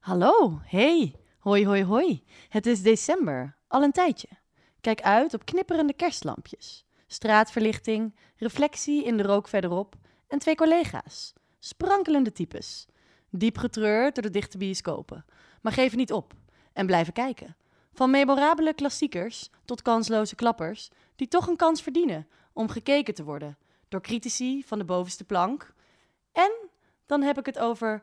Hallo, hey, hoi hoi hoi. Het is december, al een tijdje. Kijk uit op knipperende kerstlampjes, straatverlichting, reflectie in de rook verderop en twee collega's, sprankelende types. Diep getreurd door de dichte bioscopen, maar geven niet op en blijven kijken. Van memorabele klassiekers tot kansloze klappers die toch een kans verdienen om gekeken te worden door critici van de bovenste plank. En dan heb ik het over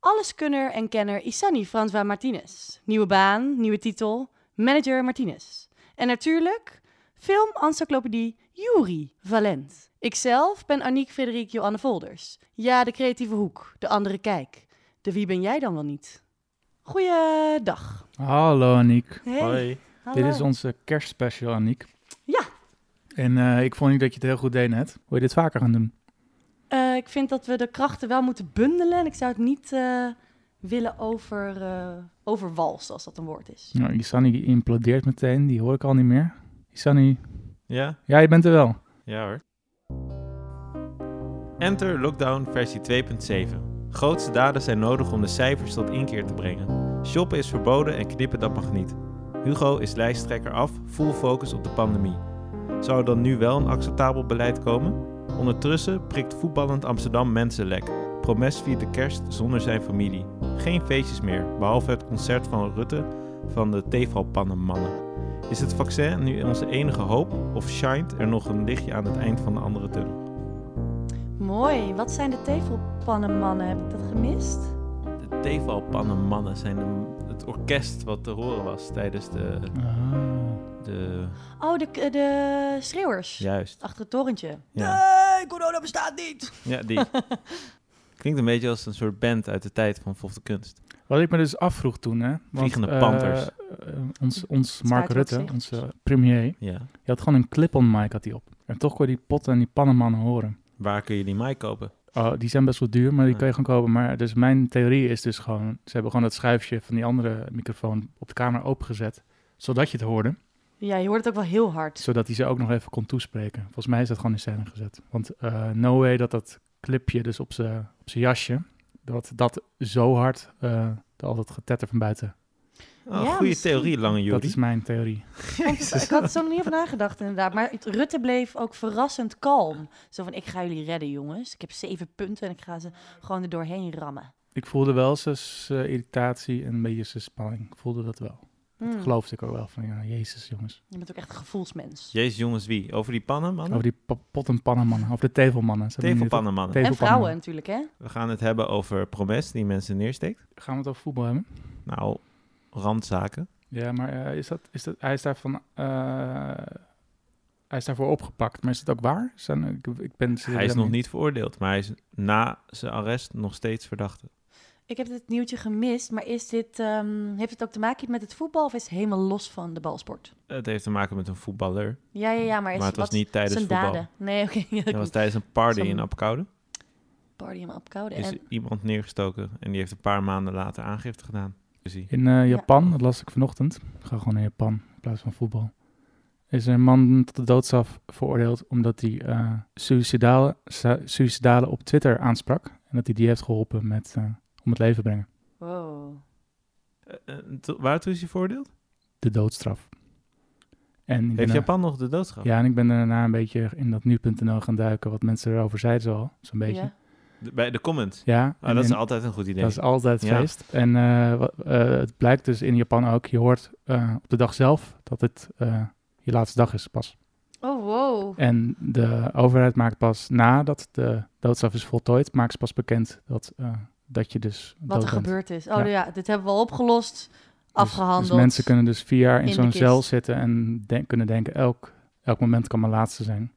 Alleskunner en kenner Isani François Martinez. Nieuwe baan, nieuwe titel, manager Martinez. En natuurlijk film-encyclopedie Yuri Valent. Ikzelf ben Aniek Frederik Joanne Volders. Ja, de creatieve hoek, de andere kijk. De wie ben jij dan wel niet? Goeiedag. Hallo Aniek. Hey, Hoi. hallo. Dit is onze kerstspecial, Aniek. Ja. En eh, ik vond niet dat je het heel goed deed net. Wil je dit vaker gaan doen? Eh, ik vind dat we de krachten wel moeten bundelen. En ik zou het niet eh, willen over, eh overwalsen, als dat een woord is. Nou, Isani implodeert meteen. Die hoor ik al niet meer. Isani, Ja, ja, je bent er wel. ja hoor. Enter Lockdown versie 2.7. Grootste daden zijn nodig om de cijfers tot inkeer te brengen. Shoppen is verboden en knippen dat mag niet. Hugo is lijsttrekker af, full focus op de pandemie. Zou er dan nu wel een acceptabel beleid komen? Ondertussen prikt voetballend Amsterdam mensen lek. Promes viert de kerst zonder zijn familie. Geen feestjes meer, behalve het concert van Rutte van de tevalpannenmannen. Is het vaccin nu onze enige hoop of shined er nog een lichtje aan het eind van de andere tunnel? Mooi. Wat zijn de tevelpannenmannen? Heb ik dat gemist? De tevalpannenmannen zijn de- het orkest wat te horen was tijdens de... Ah. de Oh, de, k- de schreeuwers. juist. Achter het torentje. Ja. Nee, corona bestaat niet. Ja, die. Klinkt een beetje als een soort band uit de tijd van Vof de Kunst. Wat ik me dus afvroeg toen, hè. want, Vliegende eh, panters. eh, ons ons Staat Mark er op Rutte, zich. onze premier, die Ja. had gewoon een clip-on mic had hij op. En toch kon je die potten en die pannenmannen horen. Waar kun je die mic kopen? Oh, die zijn best wel duur, maar die Ja. kan je gewoon kopen. Maar dus mijn theorie is dus gewoon... Ze hebben gewoon dat schuifje van die andere microfoon op de camera opengezet. Zodat je het hoorde. Ja, je hoort het ook wel heel hard. Zodat hij ze ook nog even kon toespreken. Volgens mij is dat gewoon in scène gezet. Want eh no way dat dat clipje dus op zijn op zijn jasje... dat dat zo hard, eh de- al dat getetter van buiten. Oh, Ja, goede misschien. theorie, lange Dat Juri. is mijn theorie. Ik had er zo nog niet over nagedacht, inderdaad. Maar het- Rutte bleef ook verrassend kalm. Zo van, ik ga jullie redden, jongens. Ik heb zeven punten en ik ga ze gewoon er doorheen rammen. Ik voelde wel zijn zijn irritatie en een beetje zijn spanning. Ik voelde dat wel. Hmm. Geloofde ik ook wel van, ja, jezus jongens. Je bent ook echt een gevoelsmens. Jezus jongens, wie? Over die pannenmannen? Over die pa- pot- en pannenmannen, over de tevelmannen. Ze hebben nu- Tevelpannenmannen. Tevel- En vrouwen natuurlijk, hè? We gaan het hebben over Promes, die mensen neersteekt. Gaan we het over voetbal hebben? Nou, randzaken. Ja, maar eh, is dat, is dat, hij, is daarvan, eh, hij is daarvoor opgepakt. Maar is dat ook waar? Zijn, ik, ik ben, dus Hij is nog niet veroordeeld, maar hij is na zijn arrest nog steeds verdachte. Ik heb dit nieuwtje gemist, maar is dit, ehm, heeft het ook te maken met het voetbal of is het helemaal los van de balsport? Het heeft te maken met een voetballer, Ja, ja, ja, maar, is maar het was wat niet tijdens zijn voetbal. daden? Nee, oké. Het was tijdens een party Zo'n- in Apkoude. Party hem opkouden. Is en... iemand neergestoken en die heeft een paar maanden later aangifte gedaan. Dus die- In eh, Japan, dat las ik vanochtend. Ik ga gewoon naar Japan in plaats van voetbal. Is een man tot de doodsaf veroordeeld omdat hij eh suïcidale, su- suïcidale op Twitter aansprak. En dat hij die heeft geholpen met, eh, om het leven brengen. Wow. Eh, eh, to- waartoe is hij veroordeeld? De doodstraf. En ik ben Heeft er- Japan nog de doodstraf? Ja, en ik ben daarna een beetje in dat nu.nl gaan duiken. Wat mensen erover zeiden al, zo'n beetje. Ja. De- bij de comments. Ja, Ah, en dat is in- altijd een goed idee. Dat is altijd Ja. feest. En eh, wa- eh, het blijkt dus in Japan ook, je hoort eh, op de dag zelf dat het eh, je laatste dag is pas. Oh, wow. En de overheid maakt pas nadat de doodstraf is voltooid, maakt ze pas bekend dat, eh, dat je dus Wat dood er bent. gebeurd is. Oh ja. Ja. dit hebben we al opgelost, Dus- afgehandeld. Dus mensen kunnen dus vier jaar in, In de zo'n kist. cel zitten en denk- kunnen denken, elk, elk moment kan mijn laatste zijn.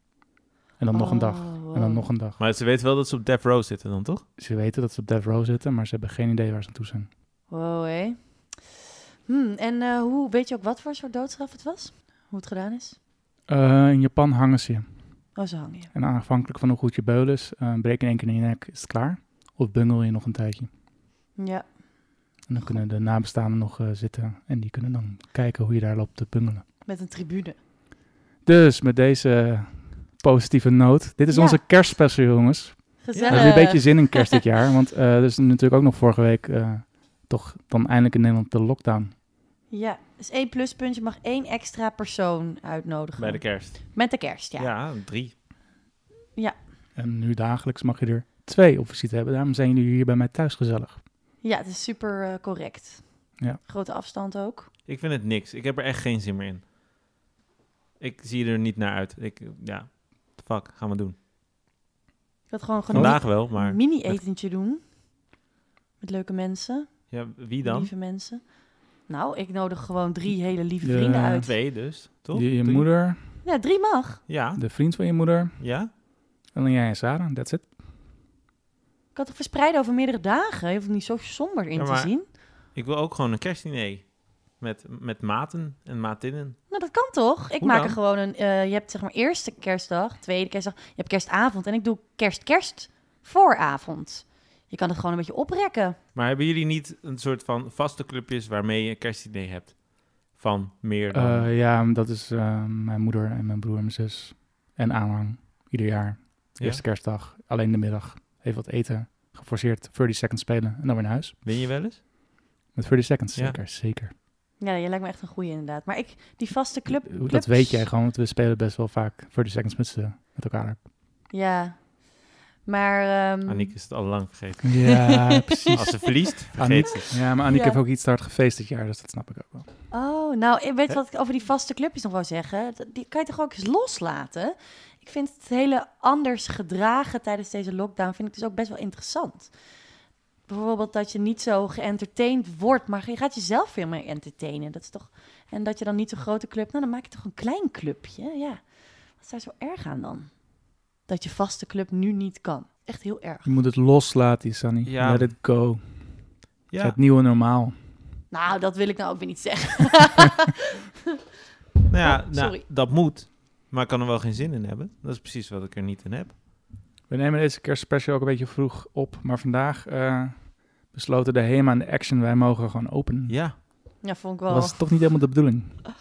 En dan nog een dag. Oh, wow. En dan nog een dag. Maar ze weten wel dat ze op death row zitten dan, toch? Ze weten dat ze op death row zitten, maar ze hebben geen idee waar ze aan toe zijn. Wow, hé. Hmm, en eh, hoe, weet je ook wat voor soort doodstraf het was? Hoe het gedaan is? Eh, in Japan hangen ze je. Oh, ze hangen je. En afhankelijk van hoe goed je beul is, eh, breek in één keer in je nek, is het klaar. Of bungel je nog een tijdje. Ja. En dan kunnen de nabestaanden nog eh, zitten en die kunnen dan kijken hoe je daar loopt te bungelen. Met een tribune. Dus met deze positieve noot. Dit is Ja. onze kerstspecial, jongens. We Gezellig. hebben een beetje zin in kerst dit jaar. Want eh, er is natuurlijk ook nog vorige week eh, toch dan eindelijk in Nederland de lockdown. Ja, dus één pluspunt. Je mag één extra persoon uitnodigen. bij de kerst. Met de kerst, ja. drie. En nu dagelijks mag je er twee op visite hebben. Daarom zijn jullie hier bij mij thuis gezellig. Ja, het is super eh, correct. Ja. Grote afstand ook. Ik vind het niks. Ik heb er echt geen zin meer in. Ik zie er niet naar uit. Ik, ja, fuck, gaan we doen. Ik had gewoon genoeg Vandaag wel, maar een mini-etentje doen. Met leuke mensen. ja, wie dan? Lieve mensen. Nou, ik nodig gewoon drie hele lieve Ja. vrienden uit. Twee dus, toch? Je, je Drie? moeder, Ja, drie mag. Ja, de vriend van je moeder, ja. alleen jij en Sarah, that's it. Ik had het verspreiden over meerdere dagen. Je hoeft het niet zo somber in Ja, maar- te zien. Ik wil ook gewoon een kerstdiner. Met, met maten en maatinnen. Nou, dat kan toch? Ik Hoe maak dan? er gewoon een... eh, je hebt zeg maar eerste kerstdag, tweede kerstdag. Je hebt kerstavond en ik doe kerst-kerst vooravond. Je kan het gewoon een beetje oprekken. Maar hebben jullie niet een soort van vaste clubjes waarmee je een kerstdiner hebt? Van meer dan... Eh, ja, dat is eh, mijn moeder en mijn broer en mijn zus. En aanhang, ieder jaar. Ja? Eerste kerstdag, alleen de middag. Even wat eten, geforceerd, 30 seconds spelen en dan weer naar huis. Win je wel eens? Met 30 seconds, Ja. zeker, zeker. Ja, je lijkt me echt een goeie inderdaad. Maar ik, die vaste club... Dat clubs- weet jij gewoon, want we spelen best wel vaak 30 seconds met, z'n- met elkaar. Ja. Maar... ehm, Aniek is het al lang vergeten. Ja, precies. Als ze verliest, Aniek- vergeet ze. Ja, maar Annick Ja. heeft ook iets te hard gefeest dit jaar, dus dat snap ik ook wel. Oh, nou, ik weet Hè? wat ik over die vaste clubjes nog wou zeggen. Dat- Die kan je toch ook eens loslaten? Ik vind het hele anders gedragen tijdens deze lockdown... vind ik dus ook best wel interessant. Bijvoorbeeld dat je niet zo geëntertaind wordt... maar je gaat jezelf veel meer entertainen. Dat is toch... En dat je dan niet zo'n grote club... Nou, dan maak je toch een klein clubje, ja. Wat is daar zo erg aan dan? Dat je vaste club nu niet kan. Echt heel erg. Je moet het loslaten, Sunny. Ja. Let it go. Het is Ja, Het nieuwe normaal. Nou, dat wil ik nou ook weer niet zeggen. nou ja, Oh, nou, sorry. dat moet. Maar ik kan er wel geen zin in hebben. Dat is precies wat ik er niet in Mm. heb. We nemen deze kerstspecial ook een beetje vroeg op, maar vandaag eh, besloten de HEMA en de Action, wij mogen gewoon open. Ja. Ja, vond ik Dat wel... was toch niet helemaal de bedoeling. wel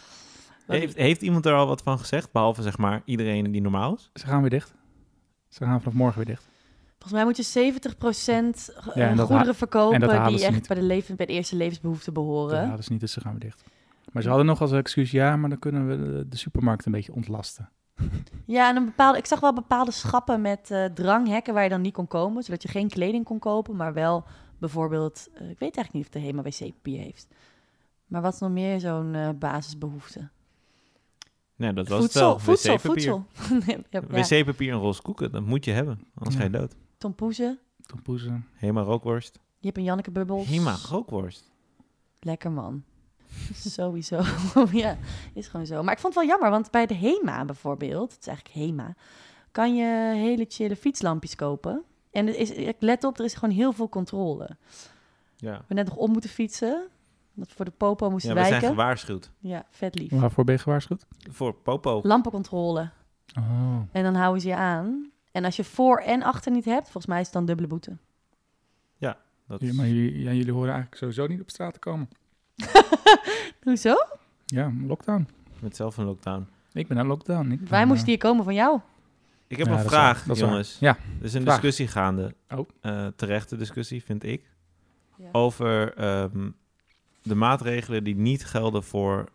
Heeft, heeft iemand er al wat van gezegd? Behalve zeg maar iedereen die normaal is? Ze gaan weer dicht. Ze gaan vanaf morgen weer dicht. Volgens mij moet je 70% ge- Ja, en dat eh, goederen ha- en dat verkopen halen die ze echt niet. bij, de leven, bij de eerste levensbehoeften behoren. Dat hadden ze niet, dus ze gaan weer dicht. Maar ze hadden nog als excuus, ja, maar dan kunnen we de, de supermarkt een beetje ontlasten. Ja, en een bepaalde, ik zag wel bepaalde schappen met eh, dranghekken waar je dan niet kon komen. Zodat je geen kleding kon kopen, maar wel bijvoorbeeld... eh, ik weet eigenlijk niet of de HEMA wc-papier heeft. Maar wat is nog meer zo'n eh, basisbehoefte? Nee, dat was Voedsel, het wel. voedsel, wc-papier. voedsel. Nee, ja, ja. Wc-papier en roze koeken, dat moet je hebben. Anders ga je Ja. dood. Tompoezen, Tompoezen. Helemaal rookworst. Jip en Janneke bubbels. Helemaal rookworst. Lekker man. Sowieso. ja, is gewoon zo. Maar ik vond het wel jammer, want bij de HEMA bijvoorbeeld, het is eigenlijk HEMA, kan je hele chille fietslampjes kopen. En het is, ik let op, er is gewoon heel veel controle. Ja. We net nog om moeten fietsen, omdat we voor de popo moesten Ja, we zijn wijken. gewaarschuwd. ja, vet lief. Waarvoor ben je gewaarschuwd? Voor popo. Lampencontrole. Oh. En dan houden ze je aan. En als je voor en achter niet hebt, volgens mij is het dan dubbele boete. Dat Ja, is- maar jullie, ja, jullie horen eigenlijk sowieso niet op straat te komen. Hoezo? Ja, lockdown. met zelf een lockdown. Ik ben aan lockdown. Ik ben, Wij eh, moesten hier komen van jou. Ik heb Ja, een dat is waar. vraag, Dat is waar. jongens. Ja. Er is een Vraag. discussie gaande. Oh. Eh, terechte discussie, vind ik. Ja. Oh. Over ehm, de maatregelen die niet gelden voor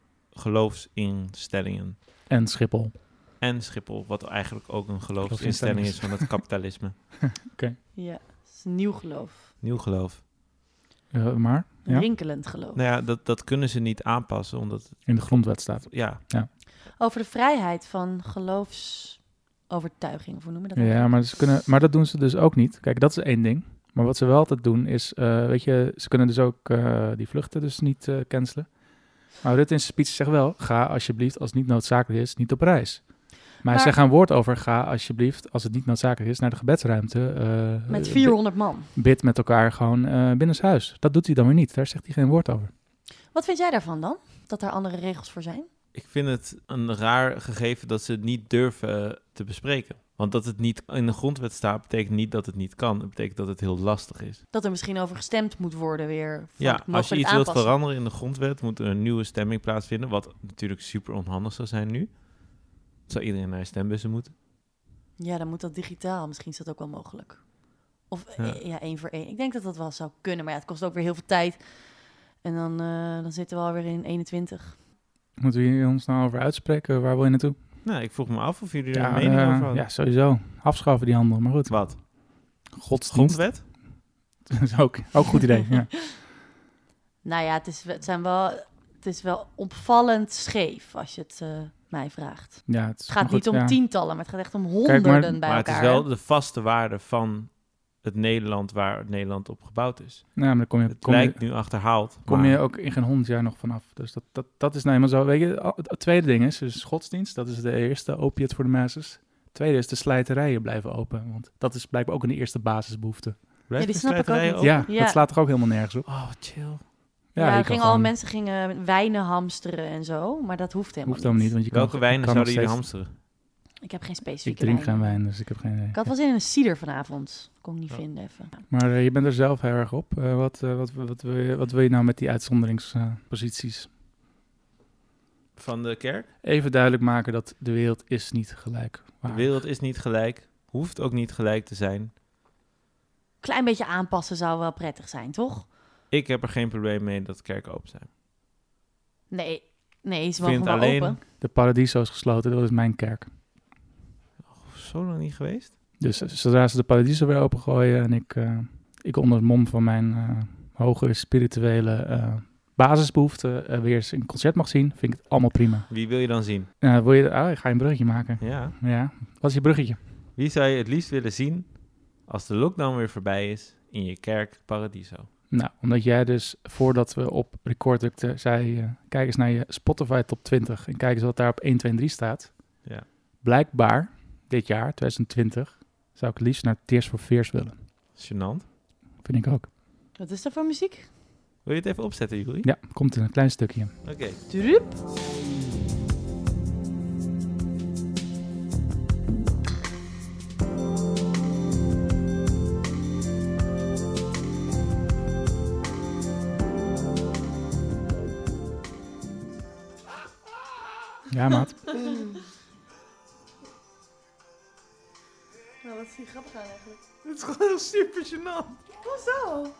geloofsinstellingen. En Schiphol. En Schiphol, wat eigenlijk ook een geloofsinstelling Geloofsinstelling is van het kapitalisme. Ja, het is nieuw geloof. Nieuw geloof. Eh, maar Ja. Rinkelend geloof. Nou ja, dat, dat kunnen ze niet aanpassen, omdat... in de grondwet staat. Ja, Over de vrijheid van geloofsovertuiging, of hoe noem je dat? nou? Ja, eigenlijk? maar, ze kunnen, maar dat doen ze dus ook niet. Kijk, dat is één ding. Maar wat ze wel altijd doen is, eh, weet je, ze kunnen dus ook eh, die vluchten dus niet eh, cancelen. Maar Rutte in zijn speech zegt wel, ga alsjeblieft als het niet noodzakelijk is, niet op reis. Maar, Maar- hij zegt een woord over, ga alsjeblieft als het niet noodzakelijk is naar de gebedsruimte. eh, Met eh, 400 man. bi- Bid met elkaar gewoon eh binnenshuis. Dat doet hij dan weer niet. Daar zegt hij geen woord over. Wat vind jij daarvan dan? Dat er andere regels voor zijn? ik vind het een raar gegeven dat ze het niet durven eh, te bespreken. Want dat het niet in de grondwet staat, betekent niet dat het niet kan. Het betekent dat het heel lastig is. Dat er misschien over gestemd moet worden weer. van, Ja, mogen als we je dit iets wilt aanpassen? veranderen in de grondwet, moet er een nieuwe stemming plaatsvinden. Wat natuurlijk super onhandig zou zijn nu. Zou iedereen naar de stembussen moeten? Ja, dan moet dat digitaal. Misschien is dat ook wel mogelijk. Of Ja. ja. ja, één voor één. Ik denk dat dat wel zou kunnen, maar ja, het kost ook weer heel veel tijd. En dan, eh, dan zitten we alweer in 21. Moeten we hier ons nou over uitspreken? Waar wil je naartoe? Nou, ik vroeg me af of jullie daar een mening eh, over hadden. ja, sowieso. Afschaffen die handel, maar goed. Wat? Godsdienst. Grondwet? Dat is ook, ook een goed idee, ja. Nou ja, het is, het zijn wel, het is wel opvallend scheef als je het eh, mij vraagt. ja het, is- Het maar gaat goed, niet om ja. tientallen, maar het gaat echt om honderden bij maar het elkaar. is wel de vaste waarde van het Nederland waar het Nederland op gebouwd is. Nou, maar dan kom je, Het kom je, lijkt nu achterhaald. kom maar- je ook in geen honderd jaar nog vanaf. Dus dat, dat, dat is nou eenmaal zo. Weet je, al- het tweede ding is, dus godsdienst, dat is de eerste, opiët voor de masses. Tweede is de slijterijen blijven open, want dat is blijkbaar ook een eerste basisbehoefte. Ja, die de snap ik ook slijterijen niet. open? Ja, Ja. dat slaat toch ook helemaal nergens op. Oh, chill. ja, je er kan gingen al gewoon- mensen gingen wijnen hamsteren en zo, maar dat hoeft helemaal Hoeft helemaal niet, want je kan Welke nog- wijnen kan nog zouden jullie steeds- hamsteren? Ik heb geen Ik specifieke drink wijn. geen wijn, dus ik heb geen idee. Ik had wel zin in een cider vanavond. Kon ik niet Ja. vinden even. Maar eh, je bent er zelf heel erg op. Eh, wat, eh, wat, wat, wil je, wat wil je nou met die uitzonderingsposities? Van de kerk? Even duidelijk maken dat de wereld is niet gelijk. De waar. wereld is niet gelijk. Hoeft ook niet gelijk te zijn. Klein beetje aanpassen zou wel prettig zijn, toch? Ik heb er geen probleem mee dat kerken open zijn. Nee, nee, is Ik wel vind gewoon alleen... open. De Paradiso is gesloten, dat is mijn kerk. Zo lang niet geweest? Dus zodra ze de Paradiso weer opengooien en ik, eh, ik onder het mom van mijn eh, hogere spirituele eh, basisbehoeften eh, weer eens een concert mag zien, vind ik het allemaal prima. Wie wil je dan zien? Eh, wil je, ah, ik ga een bruggetje maken. Ja. Ja, wat is je bruggetje? Wie zou je het liefst willen zien als de lockdown weer voorbij is in je kerk Paradiso? Nou, omdat jij dus voordat we op record drukten, zei eh, kijk eens naar je Spotify top 20 en kijk eens wat daar op 1, 2 en 3 staat. Ja. Blijkbaar, dit jaar, 2020, zou ik het liefst naar Tears for Fears willen. Gênant. Vind ik ook. Wat is dat voor muziek? Wil je het even opzetten, Juri? Ja, komt in een klein stukje. Oké. Drup. Ja, maat. Nou, wat is die grappig aan eigenlijk? Het is gewoon super gênant. Hoezo?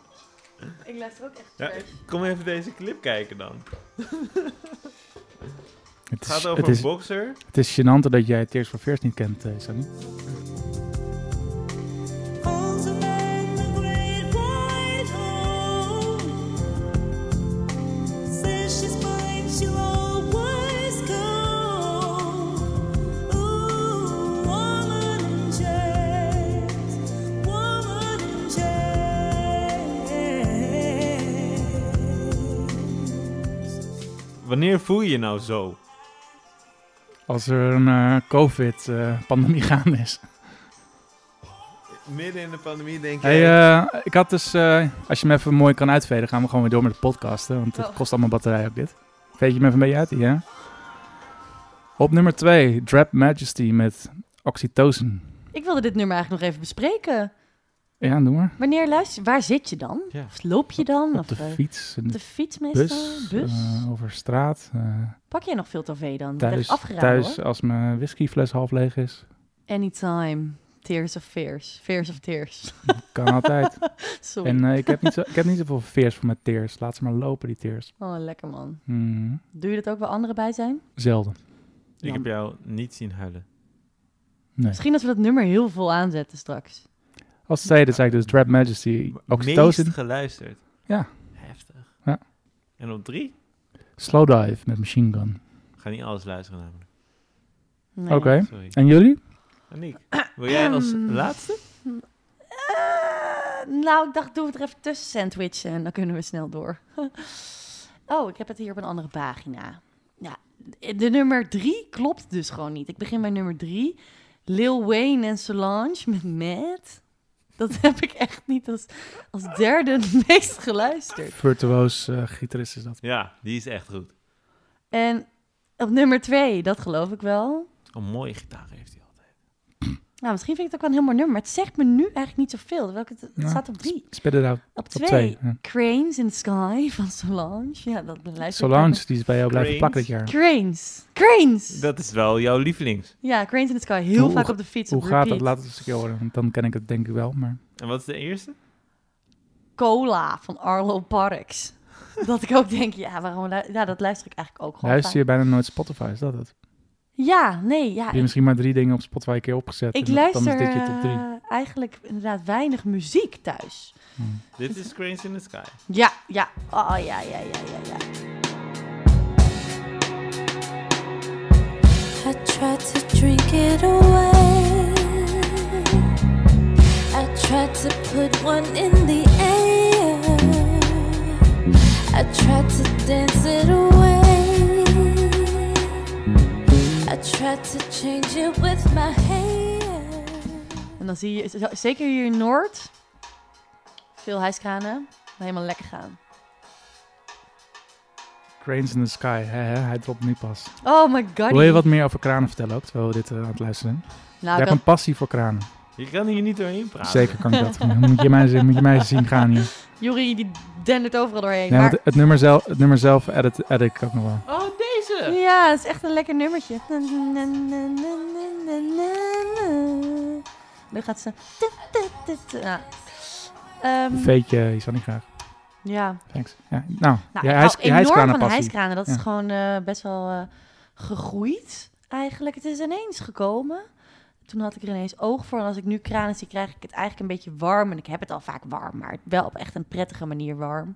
Ik luister ook echt Ja, kom even deze clip kijken dan. Het Het is, gaat het over is, een bokser. het is gênant dat jij Tears for Fears niet kent, eh, Sunny. Wanneer voel je je nou zo? Als er een eh, COVID-pandemie gaande is. Midden in de pandemie denk je... Hey, eh, ik had dus, eh, als je me even mooi kan uitveden, gaan we gewoon weer door met de podcast. Hè, want het Oh. kost allemaal batterij ook dit. Veet je me even een beetje uit hier, hè? Op nummer 2, Drap Majesty met Oxytocin. Ik wilde dit nummer eigenlijk nog even bespreken. Ja, doe maar. Wanneer luister je? Waar zit je dan? Ja. Of loop je dan? Op of de eh, fiets, in op de, de fiets meestal? bus, Bus? eh, over straat, eh, Pak jij nog veel tv dan? Dat heb thuis, ik afgeraden hoor. thuis als mijn whiskyfles half leeg is. Anytime. Tears of fears. Fears of tears. Kan altijd. Sorry. En eh, ik, heb niet zo, ik heb niet zoveel veers voor mijn teers. Laat ze maar lopen, die teers. Oh, lekker man. Hmm, Doe je dat ook waar anderen bij zijn? Zelden. Ik heb jou niet zien huilen. Nee. Misschien als we dat nummer heel vol aanzetten straks. Als tweede zei ik dus Drap Majesty, Oxytocin, Meest geluisterd. Ja. Heftig. Ja. En op drie? Slow Dive met Machine Gun. Ik ga niet alles luisteren namelijk. Nee. Oké. Sorry. En jullie? Aniek, wil jij als laatste? Eh, nou, ik dacht, doe het er even tussen sandwichen en dan kunnen we snel door. oh, ik heb het hier op een andere pagina. Ja, de nummer drie klopt dus gewoon niet. Ik begin bij nummer drie. Lil Wayne en Solange met Mad. Dat heb ik echt niet als, als derde het meest geluisterd. Virtuoos eh, gitarist is dat. Ja, die is echt goed. En op nummer twee, dat geloof ik wel. Een mooie gitaar heeft hij altijd. Nou, misschien vind ik het ook wel een heel mooi nummer, maar het zegt me nu eigenlijk niet zoveel. terwijl ik Het, het Ja. staat op drie. Spit it out. Op Op twee, twee. ja. Cranes in the Sky van Solange. Ja, dat luister ik Solange, die is bij jou blijven Cranes. plakken dit jaar. vaak. Cranes. Cranes! Dat is wel jouw lievelings. Ja, Cranes in the Sky. Heel Hoe- vaak op de fiets. Hoe op gaat het? repeat. Laat het eens een keer horen, want dan ken ik het denk ik wel. Maar En wat is de eerste? Cola van Arlo Parks. dat ik ook denk, ja, waarom lu- ja, dat luister ik eigenlijk ook gewoon luister vaak. je bijna nooit Spotify, is dat het? Ja, nee, ja. Heb je Ik, misschien maar drie dingen op Spotify een keer opgezet? ik en dat- luister Dan is dit je top drie. eh, eigenlijk inderdaad weinig muziek thuis. Dit is Cranes in the Sky. Ja, ja. Oh, ja, ja, ja, ja, ja. I tried to drink it away. I tried to put one in the air. I tried to dance it away. I tried to change it with my hair. En dan zie je, z- zeker hier in Noord, veel hijskranen, maar helemaal lekker gaan. Cranes in the Sky, hè, hè, hij dropt nu pas. Oh my god. Wil je wat meer over kranen vertellen ook, terwijl we dit eh, aan het luisteren zijn? Nou, je ik hebt had, een passie voor kranen. Je kan hier niet doorheen praten. Zeker kan ik dat. moet, je mij, zien- moet je mij zien gaan hier. Jury die dendert overal doorheen. Nee, maar- want het nummer zelf, het nummer zelf edit, edit ik ook nog wel. Oh, deze! Ja, het is echt een lekker nummertje. Nu gaat ze. Ja. Ehm, Een Veetje, die zal niet graag. ja. Thanks. Ja, nou, Nou, ja, ik hij is, hou hij enorm is van kranenpassie. hijskranen. Dat is Ja. gewoon eh, best wel eh, gegroeid eigenlijk. Het is ineens gekomen. Toen had ik er ineens oog voor. En als ik nu kranen zie, krijg ik het eigenlijk een beetje warm. En ik heb het al vaak warm, maar wel op echt een prettige manier warm.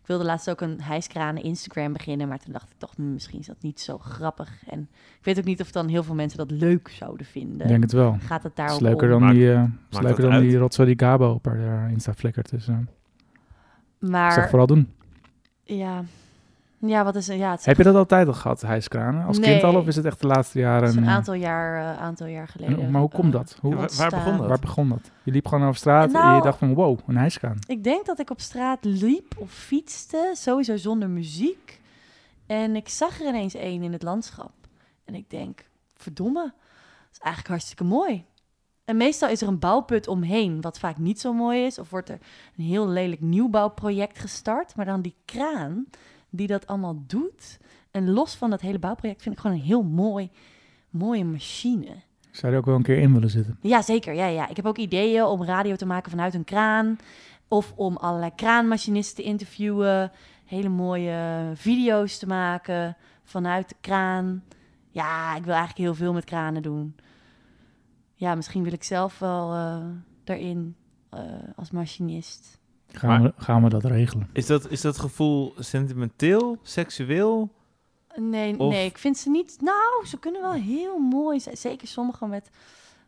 Ik wilde laatst ook een hijskranen Instagram beginnen. Maar toen dacht ik toch, "Hmm, misschien is dat niet zo grappig. En ik weet ook niet of dan heel veel mensen dat leuk zouden vinden. Ik denk het wel. Gaat het Het daar is ook leuker om? dan Maakt- die, eh, is maakt leuker dat dan die uit? rotzooi die Gabo op haar eh, Insta flikkert. Dus eh, ik zou Maar het vooral doen. ja. ja, wat is een... Ja, het is, Heb je dat altijd al gehad, hijskranen? Als kind al Nee. of is het echt de laatste het jaren? is een eh, aantal jaar, eh, aantal jaar en- geleden. maar hoe komt eh, dat? Hoe, Ja, wa- waar ontstaan. begon dat? waar begon dat? Je liep gewoon over straat en je Nou- dacht van wow, een hijskraan. Ik denk dat ik op straat liep of fietste, sowieso zonder muziek. En ik zag er ineens één in het landschap. En ik denk, verdomme, dat is eigenlijk hartstikke mooi. En meestal is er een bouwput omheen, wat vaak niet zo mooi is. Of wordt er een heel lelijk nieuwbouwproject gestart. Maar dan die kraan die dat allemaal doet. En los van dat hele bouwproject vind ik gewoon een heel mooi, mooie machine. Zou je er ook wel een keer in willen zitten? Ja, zeker. Ja, ja. Ik heb ook ideeën om radio te maken vanuit een kraan. Of om allerlei kraanmachinisten te interviewen. Hele mooie video's te maken vanuit de kraan. Ja, ik wil eigenlijk heel veel met kranen doen. Ja, misschien wil ik zelf wel eh, daarin eh, als machinist. Gaan, we, gaan we dat regelen? Is dat, is dat gevoel sentimenteel, seksueel? Nee, Of- nee, ik vind ze niet... Nou, ze kunnen wel heel mooi zijn. Zeker sommige met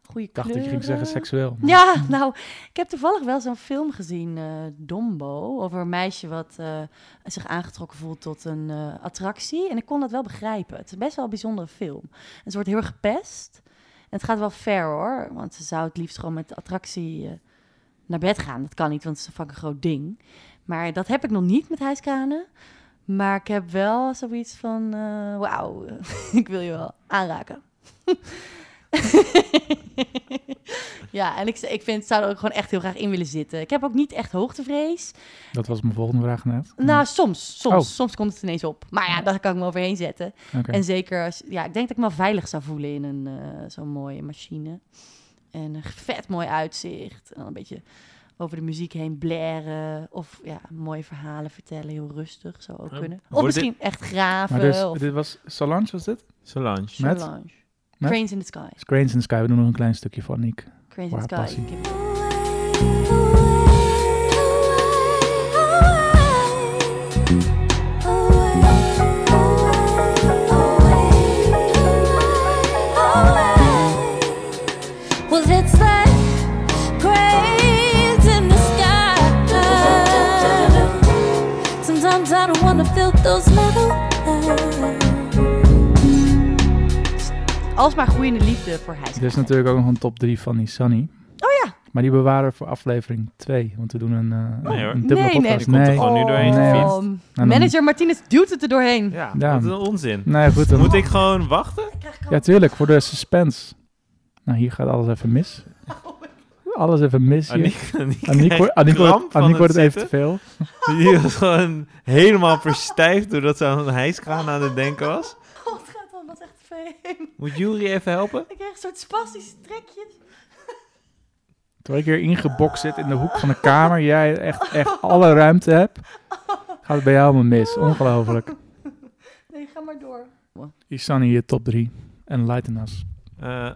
goede Ik dacht kleuren. dat je ging zeggen seksueel. maar- Ja, nou, ik heb toevallig wel zo'n film gezien, eh, Dombo, over een meisje wat eh, zich aangetrokken voelt tot een eh, attractie. En ik kon dat wel begrijpen. Het is best wel een bijzondere film. En ze wordt heel erg gepest. En het gaat wel ver hoor, want ze zou het liefst gewoon met de attractie eh, naar bed gaan. Dat kan niet, want het is een fucking groot ding. Maar dat heb ik nog niet met hijskranen. Maar ik heb wel zoiets van, eh, wauw, ik wil je wel aanraken. ja, en ik, ik vind, zou er ook gewoon echt heel graag in willen zitten. Ik heb ook niet echt hoogtevrees. Dat was mijn volgende vraag net. Nou, soms, soms, Hmm. Oh. soms komt het ineens op. Maar ja, daar kan ik me overheen zetten. Hm, En zeker als, ja, ik denk dat ik me veilig zou voelen in een eh, zo'n mooie machine. En een vet mooi uitzicht. En dan een beetje over de muziek heen blaren. Of ja, mooie verhalen vertellen, heel rustig zou ook Ja. kunnen. Of Wordt misschien echt graven. Oh. Maar dus, of dit was Solange was dit? Solange. met- Solange. met- Cranes in the Sky. Dus Cranes in the Sky, we doen nog een klein stukje van Nick. Cranes in the Waar Sky. passie. Ik heb- Well, it's like cranes in the sky. Sometimes I don't wanna feel those metal eyes. Alsmaar groeiende liefde voor hij. Dit is natuurlijk ook nog een top 3 van die Sunny. Oh ja. Maar die bewaren we voor aflevering 2. Want we doen een, eh Nee, hoor. een dubbele Nee, nee, podcast. die komt er gewoon nu doorheen nee. gefietst. dan- Oh, Manager Martinez duwt het er doorheen. Ja, Ja. wat een onzin. nee, goed. Dan, Moet ik gewoon wachten? Ja, tuurlijk. Voor de suspense. Nou, hier gaat alles even mis. Alles even mis hier. Aniek, Aniek, Aniek, wordt- Aniek kramp wordt, van Aniek wordt het het even te veel. zitten. Die was gewoon helemaal verstijfd doordat ze aan een hijskraan aan het denken was. God, Oh, het gaat allemaal echt vreemd. Moet Jury even helpen? Ik krijg een soort spastische trekjes. Terwijl ik hier ingebokst zit in de hoek van de kamer, jij echt, echt alle ruimte hebt, gaat het bij jou allemaal mis. Ongelooflijk. Nee, ga maar door. Isan hier top 3. En Lighten Us. Eh,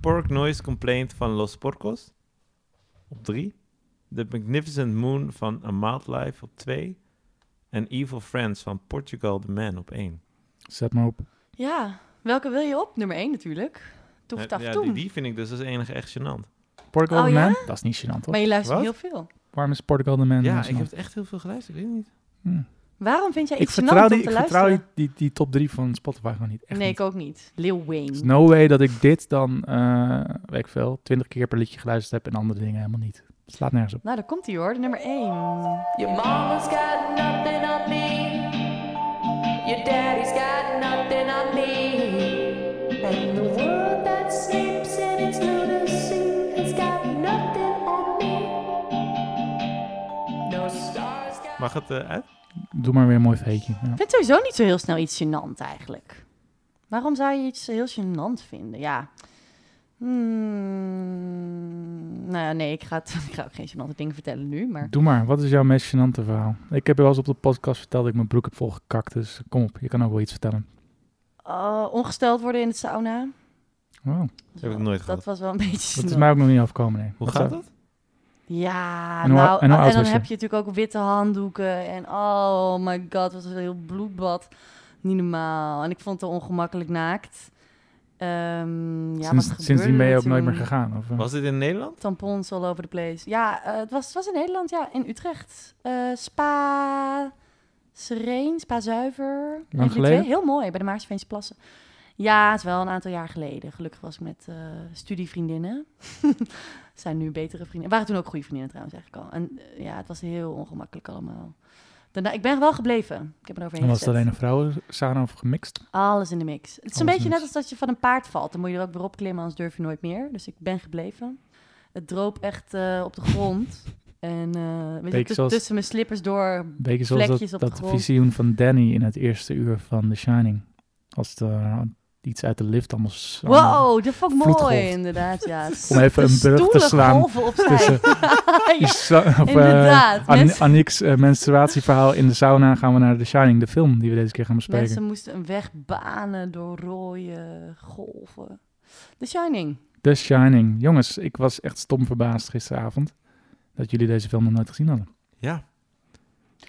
Pork Noise Complaint van Los Porcos op 3. The Magnificent Moon van A Mild Life op 2. En Evil Friends van Portugal The Man op 1. Zet maar op. Ja, welke wil je op? Nummer 1 natuurlijk. Toef taf ja, die, toen. die vind ik dus als enige echt gênant. Portugal Oh, the ja? Man? Dat is niet gênant, toch? Maar je luistert Wat? heel veel. Waarom is Portugal the Man niet ja, ik gênant? heb het echt heel veel geluisterd. Ik weet het niet. Hm. Waarom vind jij Ik iets gênant vertrouw, om die, te ik vertrouw luisteren? die, die, die top 3 van Spotify gewoon niet. Echt nee, niet. ik ook niet. Lil Wayne. Er is no way dat ik dit dan, eh weet ik veel, 20 keer per liedje geluisterd heb en andere dingen helemaal niet. Het slaat nergens op. Nou, daar komt hij hoor, de nummer 1. Your mama's got nothing on me. Your daddy's got nothing on me. And the world that sleeps in its lunacy has got nothing on me. No stars got Mag het eh, uit? Doe maar weer een mooi feetje. Ja. Ik vind sowieso niet zo heel snel iets gênant eigenlijk. Waarom zou je iets heel gênant vinden? Ja. Hmm, nou ja, nee, ik ga, het- ik ga ook geen gênante dingen vertellen nu, maar... Doe maar, wat is jouw meest gênante verhaal? Ik heb je wel eens op de podcast verteld dat ik mijn broek heb volgekakt, dus kom op, je kan ook wel iets vertellen. Oh, ongesteld worden in de sauna. Wow. Dat Heb ik nooit gehad. Dat was wel een beetje Dat is gênant. mij ook nog niet afkomen, nee. Hoe Wat gaat zou- dat? Ja, En hoe- nou, en en, hoe oud dan was je? heb je natuurlijk ook witte handdoeken. En oh my god, wat een heel bloedbad. Niet normaal. En ik vond het ongemakkelijk naakt. Ehm ja, wat Sinds, sindsdien ben je ook nooit meer gegaan. gegaan? Of, eh? Was dit in Nederland? tampons all over the place. Ja, eh, het, was, het was in Nederland, ja, in Utrecht. Eh, spa Sereen, Spa Zuiver. Een van die geleden? twee. Heel mooi, bij de Maarseveense Plassen. Ja, het is wel een aantal jaar geleden. Gelukkig was ik met eh, studievriendinnen. Zijn nu betere vrienden. Waren toen ook goede vriendinnen trouwens eigenlijk al. En eh, ja, het was heel ongemakkelijk allemaal. Daarna, ik ben er wel gebleven. Ik heb er overheen en was het gezet. alleen een vrouwensauna of gemixt? Alles in de mix. Het is een Alles beetje in de net als dat je van een paard valt. Dan moet je er ook weer op klimmen, anders durf je nooit meer. Dus ik ben gebleven. Het droop echt eh, op de grond. En eh, weet je, Beetje tuss- zoals- tussen mijn slippers door. Een beetje zoals Vlekjes op dat, de dat grond. visioen van Danny in het eerste uur van The Shining. Als er eh, iets uit de lift allemaal... s- allemaal Wow, dat vond ik eh, vloedgolf. mooi inderdaad. Ja. Om even De een brug te stoelen slaan golven opzij. tussen- Ja, Is- of, eh, inderdaad. An- Mensen- Aniek's eh, menstruatieverhaal in de sauna gaan we naar The Shining, de film die we deze keer gaan bespreken. Mensen moesten een weg banen door rode golven. The Shining. The Shining. Jongens, ik was echt stom verbaasd gisteravond dat jullie deze film nog nooit gezien hadden. Ja.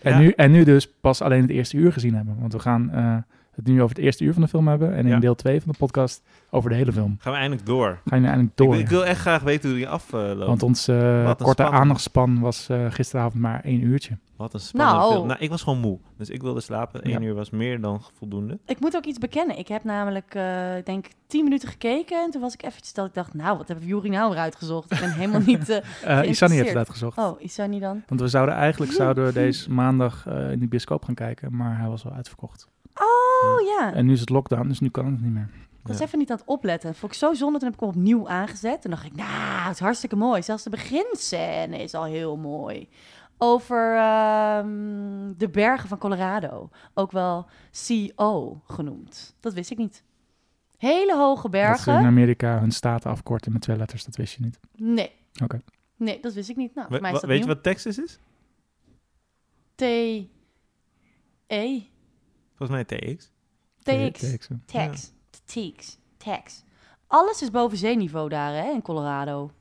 En, Ja. nu, en nu dus pas alleen het eerste uur gezien hebben. Want we gaan eh, het nu over het eerste uur van de film hebben. En in Ja. deel 2 van de podcast over de hele film. Gaan we eindelijk door. Ga je nu eindelijk door. Ik, ik wil echt graag weten hoe die afloopt. Want ons eh, Wat korte een spanning. aandachtspan was eh, gisteravond maar één uurtje. Wat een spannende Nou. film. Nou, ik was gewoon moe. Dus ik wilde slapen. Eén Ja. uur was meer dan voldoende. Ik moet ook iets bekennen. Ik heb namelijk, eh, ik denk, tien minuten gekeken. En toen was ik eventjes dat ik dacht, nou, wat hebben Jury nou weer uitgezocht? Ik ben helemaal niet... eh, Eh Isani heeft het uitgezocht. Oh, Isani dan? Want we zouden eigenlijk zouden we deze maandag eh, in de bioscoop gaan kijken, maar hij was al uitverkocht. Oh, ja. En nu is het lockdown, dus nu kan het niet meer. Ik was Ja. even niet aan het opletten. Vond ik zo zonde. Toen heb ik hem opnieuw aangezet. En dacht ik, nou, het is hartstikke mooi. Zelfs de beginscène is al heel mooi. Over ehm, de bergen van Colorado. Ook wel CO genoemd. Dat wist ik niet. Hele hoge Dat eh, ze in bergen. Amerika hun staten afkorten met twee letters, dat wist je niet. Nee. Oké. Nee, dat wist ik niet. Nou, We- voor mij wa- is dat weet nieuw. je wat Texas is? T. E. Volgens mij TX. TX. TX, hè. Tex. TX. Tex. Alles is boven zeeniveau daar, hè, in Colorado.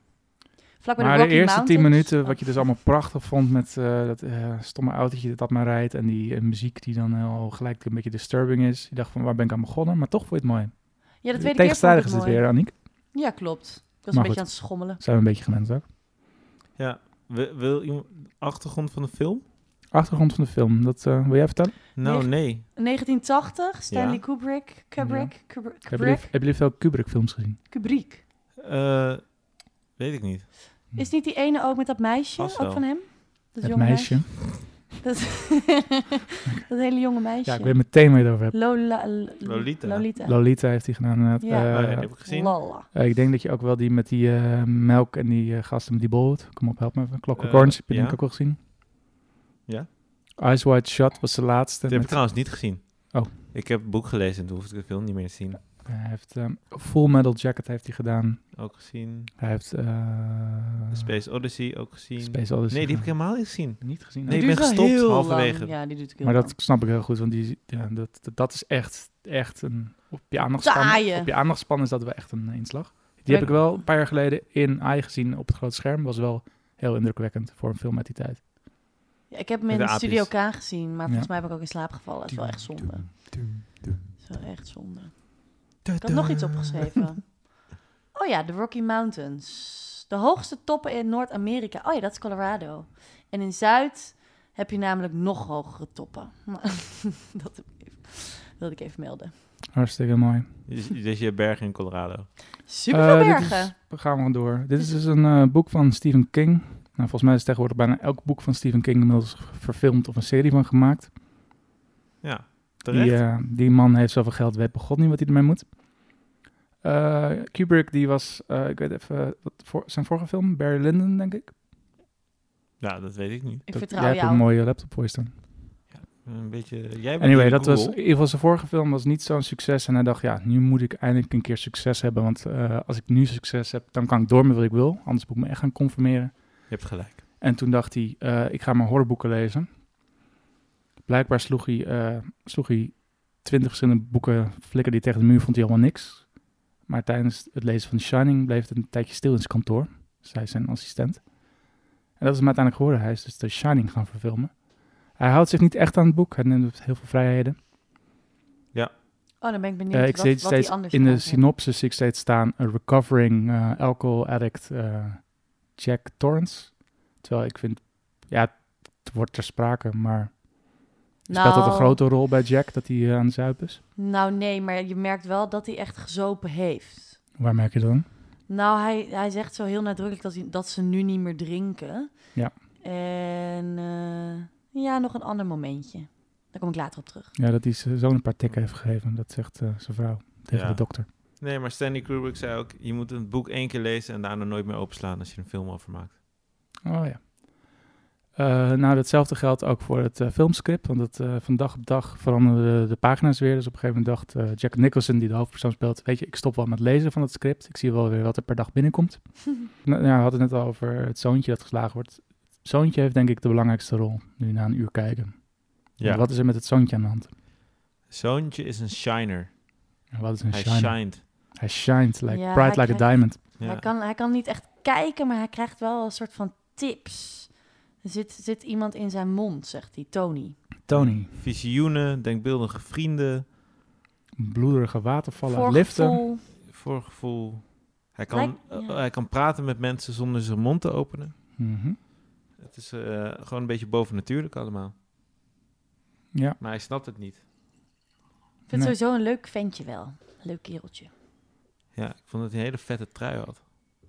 Vlak bij Maar de de Rocky eerste tien Mountains. minuten, wat je dus allemaal prachtig vond met eh, dat eh, stomme autootje dat maar rijdt en die eh, muziek die dan al gelijk een beetje disturbing is. Je dacht van, waar ben ik aan begonnen? Maar toch vond je het mooi. Ja, de tweede keer vond ik Tegenstrijdig het is dit mooi. dus weer, Aniek. Ja, klopt. Ik was een Maar goed. beetje aan het schommelen. Zijn we een beetje gewend ook. Ja. Wil, wil iemand... Achtergrond van de film? Achtergrond van de film, dat eh, wil jij vertellen? Nou, Negen- nee. 1980, Stanley Ja. Kubrick. Kubrick. Kubrick. Heb je, Kubrick. heb je veel Kubrick films gezien? Kubrick. Eh, weet ik niet. Is niet die ene ook met dat meisje? Vast Ook wel. van hem? Dat Het jonge meisje. Dat, dat hele jonge meisje. Ja, ik weet meteen waar je het over hebt. Lola, l- Lolita. Lolita. Lolita heeft hij gedaan inderdaad. Ja. Eh, Oh ja, die heb ik gezien. Lala. eh, ik denk dat je ook wel die met die eh, melk en die eh, gasten met die bolhoed. Kom op, help me even. Clockwork Eh, Orange heb je ja. denk ik ook wel gezien. Ja. Eyes Wide Shut was de laatste. Dat heb ik met- trouwens niet gezien. Oh. Ik heb het boek gelezen en toen hoefde ik de film niet meer te zien. hij heeft eh, Full Metal Jacket heeft hij gedaan. Ook gezien. Hij heeft eh, Space Odyssey ook gezien. Space Odyssey. nee, die heb ik helemaal niet gezien. niet gezien. Nee, Die ik ben duurt wel gestopt heel lang. halverwege. Ja, die doet ik heel Maar dat lang. snap ik heel goed, want die, ja, dat, dat, dat is echt, echt een... Op je, aandachtspan, Taaie. op je aandachtspan is dat wel echt een eh, inslag. Die Maar heb ik ik- wel een paar jaar geleden in AI gezien op het grote scherm. Was wel heel indrukwekkend voor een film uit die tijd. Ja, ik heb hem Met in de de Studio K aapjes. gezien, maar volgens mij heb ik ook in slaap gevallen. Dat is wel echt zonde. Dat is wel echt zonde. Ik had nog iets opgeschreven. Oh ja, de Rocky Mountains. De hoogste toppen in Noord-Amerika. Oh ja, dat is Colorado. En in Zuid heb je namelijk nog hogere toppen. dat heb ik even, wilde ik even melden. Hartstikke mooi. Dus, dus je bergen in Colorado. Super veel Eh, dit bergen. is- we gaan gewoon door. Dit is dus een eh, boek van Stephen King. Nou, volgens mij is tegenwoordig bijna elk boek van Stephen King inmiddels verfilmd of een serie van gemaakt. Ja, terecht. Die, eh, die man heeft zoveel geld, weet bij God niet wat hij ermee moet. Eh, Kubrick, die was, eh, ik weet even, eh, wat voor, zijn vorige film, Barry Lyndon, denk ik. Ja, Nou, dat weet ik niet. Ik Dat- vertrouw jij hebt jou. een mooie laptop voor je staan. Een beetje... Jij bent Anyway, die dat was, in Google. ieder geval zijn vorige film was niet zo'n succes. En hij dacht, ja, nu moet ik eindelijk een keer succes hebben. Want eh, als ik nu succes heb, dan kan ik door met wat ik wil. Anders moet ik me echt gaan conformeren. Je hebt gelijk. En toen dacht hij, eh, ik ga maar horrorboeken lezen. Blijkbaar sloeg hij, eh, sloeg hij twintig verschillende boeken, flikkerde hij tegen de muur, vond hij helemaal niks. Maar tijdens het lezen van The Shining bleef het een tijdje stil in zijn kantoor, zei zijn assistent. En dat is hem uiteindelijk geworden. Hij is dus The Shining gaan verfilmen. Hij houdt zich niet echt aan het boek, hij neemt heel veel vrijheden. Oh, dan ben ik benieuwd Eh, wat, ik zie wat die steeds anders in de gaat doen. synopsis zie ik steeds staan een recovering eh, alcohol addict eh, Jack Torrance. Terwijl ik vind, ja, het wordt ter sprake, maar speelt dat Nou. een grote rol bij Jack dat hij eh, aan het zuipen is? Nou nee, maar je merkt wel dat hij echt gezopen heeft. Waar merk je dan? Nou, hij, hij zegt zo heel nadrukkelijk dat, hij, dat ze nu niet meer drinken. Ja. En eh, ja, nog een ander momentje. Daar kom ik later op terug. Ja, dat hij zijn zoon een paar tikken heeft gegeven, dat zegt eh, zijn vrouw tegen Ja. de dokter. Nee, maar Stanley Kubrick zei ook... Je moet een boek één keer lezen en daarna nooit meer openslaan als je er een film over maakt. Oh ja. Eh, nou, datzelfde geldt ook voor het eh, filmscript. Want het, eh, van dag op dag veranderden de pagina's weer. Dus op een gegeven moment dacht eh, Jack Nicholson, die de hoofdpersoon speelt... weet je, ik stop wel met lezen van het script. Ik zie wel weer wat er per dag binnenkomt. nou, ja, we hadden het net al over het zoontje dat geslagen wordt. Het zoontje heeft denk ik de belangrijkste rol, nu na een uur kijken. Ja. Want Wat is er met het zoontje aan de hand? Zoontje is een shiner. En Wat is een Hij shine? shined. Hij shined like Ja, bright hij like a krijgt- diamond. Ja. Hij, kan, hij kan niet echt kijken, maar hij krijgt wel een soort van tips. Er zit, zit iemand in zijn mond, zegt hij, Tony. Tony, Visioenen, denkbeeldige vrienden, bloederige watervallen, uit liften. Voorgevoel. voorgevoel. Hij kan, Lijkt- ja. eh, hij kan praten met mensen zonder zijn mond te openen. Mhm. Het is eh, gewoon een beetje bovennatuurlijk allemaal. Ja. Maar hij snapt het niet. Ik vind Nee. sowieso een leuk ventje wel. Leuk kereltje. Ja, ik vond dat hij een hele vette trui had.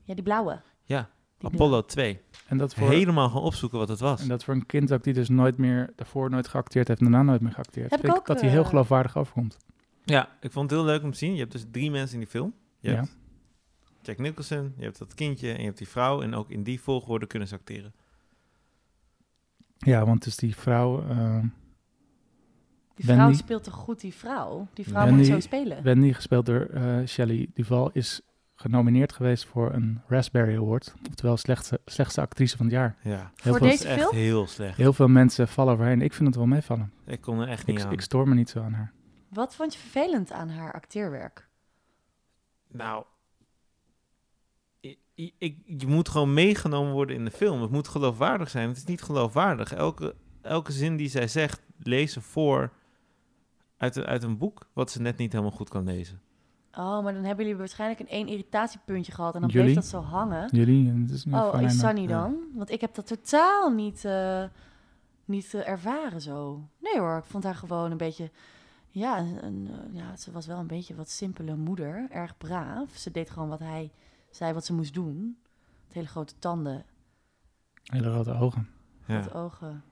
Ja, die blauwe. Ja, Die blauwe. Apollo 2. En dat voor... Helemaal gaan opzoeken wat het was. En dat voor een kind ook die dus nooit meer, daarvoor nooit geacteerd heeft en daarna nooit meer geacteerd. Heb ik vind ook, dat hij heel eh, geloofwaardig afkomt. Ja, ik vond het heel leuk om te zien. Je hebt dus drie mensen in die film. Je Ja. hebt Jack Nicholson, je hebt dat kindje en je hebt die vrouw. En ook in die volgorde kunnen ze acteren. Ja, want dus die vrouw, eh, Die vrouw Wendy. speelt toch goed, die vrouw? Die vrouw moet Wendy- zo spelen. Wendy, gespeeld door eh Shelley Duval, is genomineerd geweest voor een Raspberry Award. Oftewel slechtste, slechtste actrice van het jaar. Ja, Heel Voor veel, deze echt film? heel slecht. heel veel mensen vallen overheen. Ik vind het wel meevallen. Ik kon er echt niet Ik, aan. ik stoor me niet zo aan haar. Wat vond je vervelend aan haar acteerwerk? Nou, i- i- ik, je moet gewoon meegenomen worden in de film. Het moet geloofwaardig zijn. Het is niet geloofwaardig. Elke, elke zin die zij zegt, lees ze voor uit, een- uit een boek wat ze net niet helemaal goed kan lezen. Oh, maar dan hebben jullie waarschijnlijk een één irritatiepuntje gehad en dan Jullie? bleef dat zo hangen. Jullie, eh, het is niet Oh, is van mij, maar- Sunny Ja. dan? Want ik heb dat totaal niet, eh, niet eh, ervaren zo. Nee hoor, ik vond haar gewoon een beetje... Ja, een, een, eh, ja, ze was wel een beetje wat simpele moeder. Erg braaf. Ze deed gewoon wat hij zei wat ze moest doen. Met hele grote tanden, Hele grote ogen. Ja. grote ogen.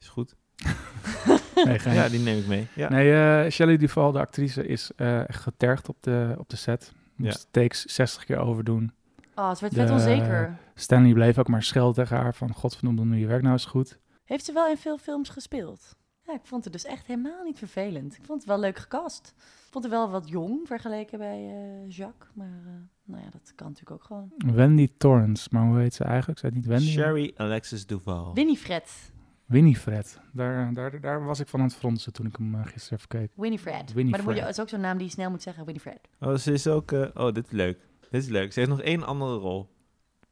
Is goed. Nee, geen. Ja, die neem ik mee. Ja. Nee, eh, Shelley Duval, de actrice, is eh, echt getergd op de, op de set. Moest takes 60 keer overdoen. Oh, ze werd vet De- onzeker. Stanley bleef ook maar schelden tegen haar van... Godverdomme, doe je werk nou eens goed. Heeft ze wel in veel films gespeeld? Ja, ik vond het dus echt helemaal niet vervelend. Ik vond het wel leuk gecast. Ik vond het wel wat jong vergeleken bij eh, Jacques. Maar eh, nou ja, dat kan natuurlijk ook gewoon. Wendy Torrance, maar hoe heet ze eigenlijk? Ze heet niet Wendy, maar Sherry Alexis Oh. Duval. Winifred. Winifred. Daar, daar, daar was ik van aan het fronsen toen ik hem eh, gisteren even keek. Winifred. Maar Winifred. dan moet je, dat is ook zo'n naam die je snel moet zeggen. Winifred. Oh, ze is ook... eh, oh, dit is leuk. Dit is leuk. Ze heeft nog één andere rol.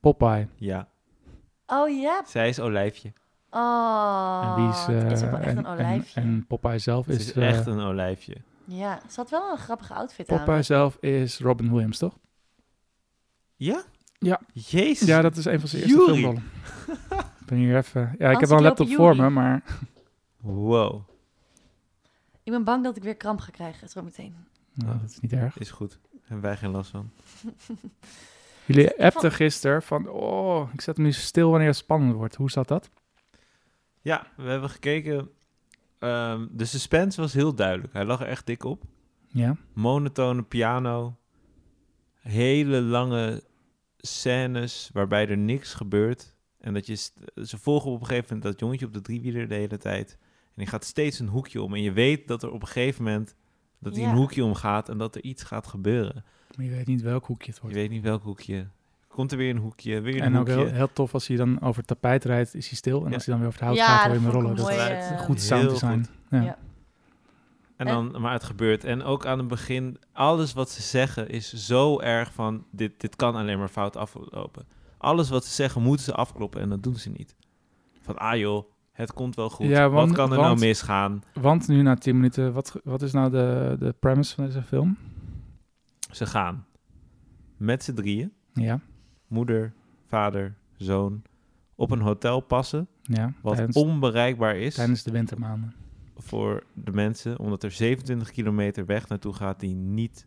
Popeye. Ja, Oh ja. zij is Olijfje. Oh. en die is, het is ook eh, wel echt en, een en- olijfje. en Popeye zelf Ze is... is eh, echt een Olijfje. Ja, ze had wel een grappige outfit Popeye aan. zelf is Robin Williams, toch? Ja? Ja. Jezus. Ja, dat is een van zijn eerste Yuri. filmrollen. ik ben hier even... Ja, ik heb Encyclope wel een laptop voor Yuri. me, maar... Wow. Ik ben bang dat ik weer kramp ga krijgen zo meteen. Nou, dat is niet erg. Is goed. Hebben wij geen last van. Jullie appten gisteren van, oh, ik zet hem nu stil wanneer het spannend wordt. Hoe zat dat? Ja, we hebben gekeken. Ehm, de suspense was heel duidelijk. Hij lag er echt dik op. Ja. Monotone piano. Hele lange scènes waarbij er niks gebeurt. En dat je st- ze volgen op een gegeven moment dat jongetje op de driewieler de hele tijd. En die gaat steeds een hoekje om. En je weet dat er op een gegeven moment dat hij Ja. een hoekje omgaat en dat er iets gaat gebeuren. Maar je weet niet welk hoekje het Je wordt. weet niet welk hoekje. Komt er weer een hoekje, weer een En ook hoekje. heel, heel tof als hij dan over het tapijt rijdt, is hij stil. En Ja. als hij dan weer over het hout Ja, gaat, dat hoor je hem vond ik rollen. een Dat is mooie- eruit. eh, goed Heel sound design. goed. Ja. Ja. En dan, maar het gebeurt. En ook aan het begin, alles wat ze zeggen is zo erg van, dit, dit kan alleen maar fout aflopen. Alles wat ze zeggen moeten ze afkloppen en dat doen ze niet. Van, ah joh, het komt wel goed. Ja, want- wat kan er nou want- misgaan? Want nu na 10 minuten, wat, wat is nou de, de premise van deze film? Ze gaan met z'n drieën, Ja, moeder, vader, zoon, op een hotel passen, ja. wat Tijdens, onbereikbaar is tijdens de wintermaanden. voor de mensen, omdat er 27 kilometer weg naartoe gaat die niet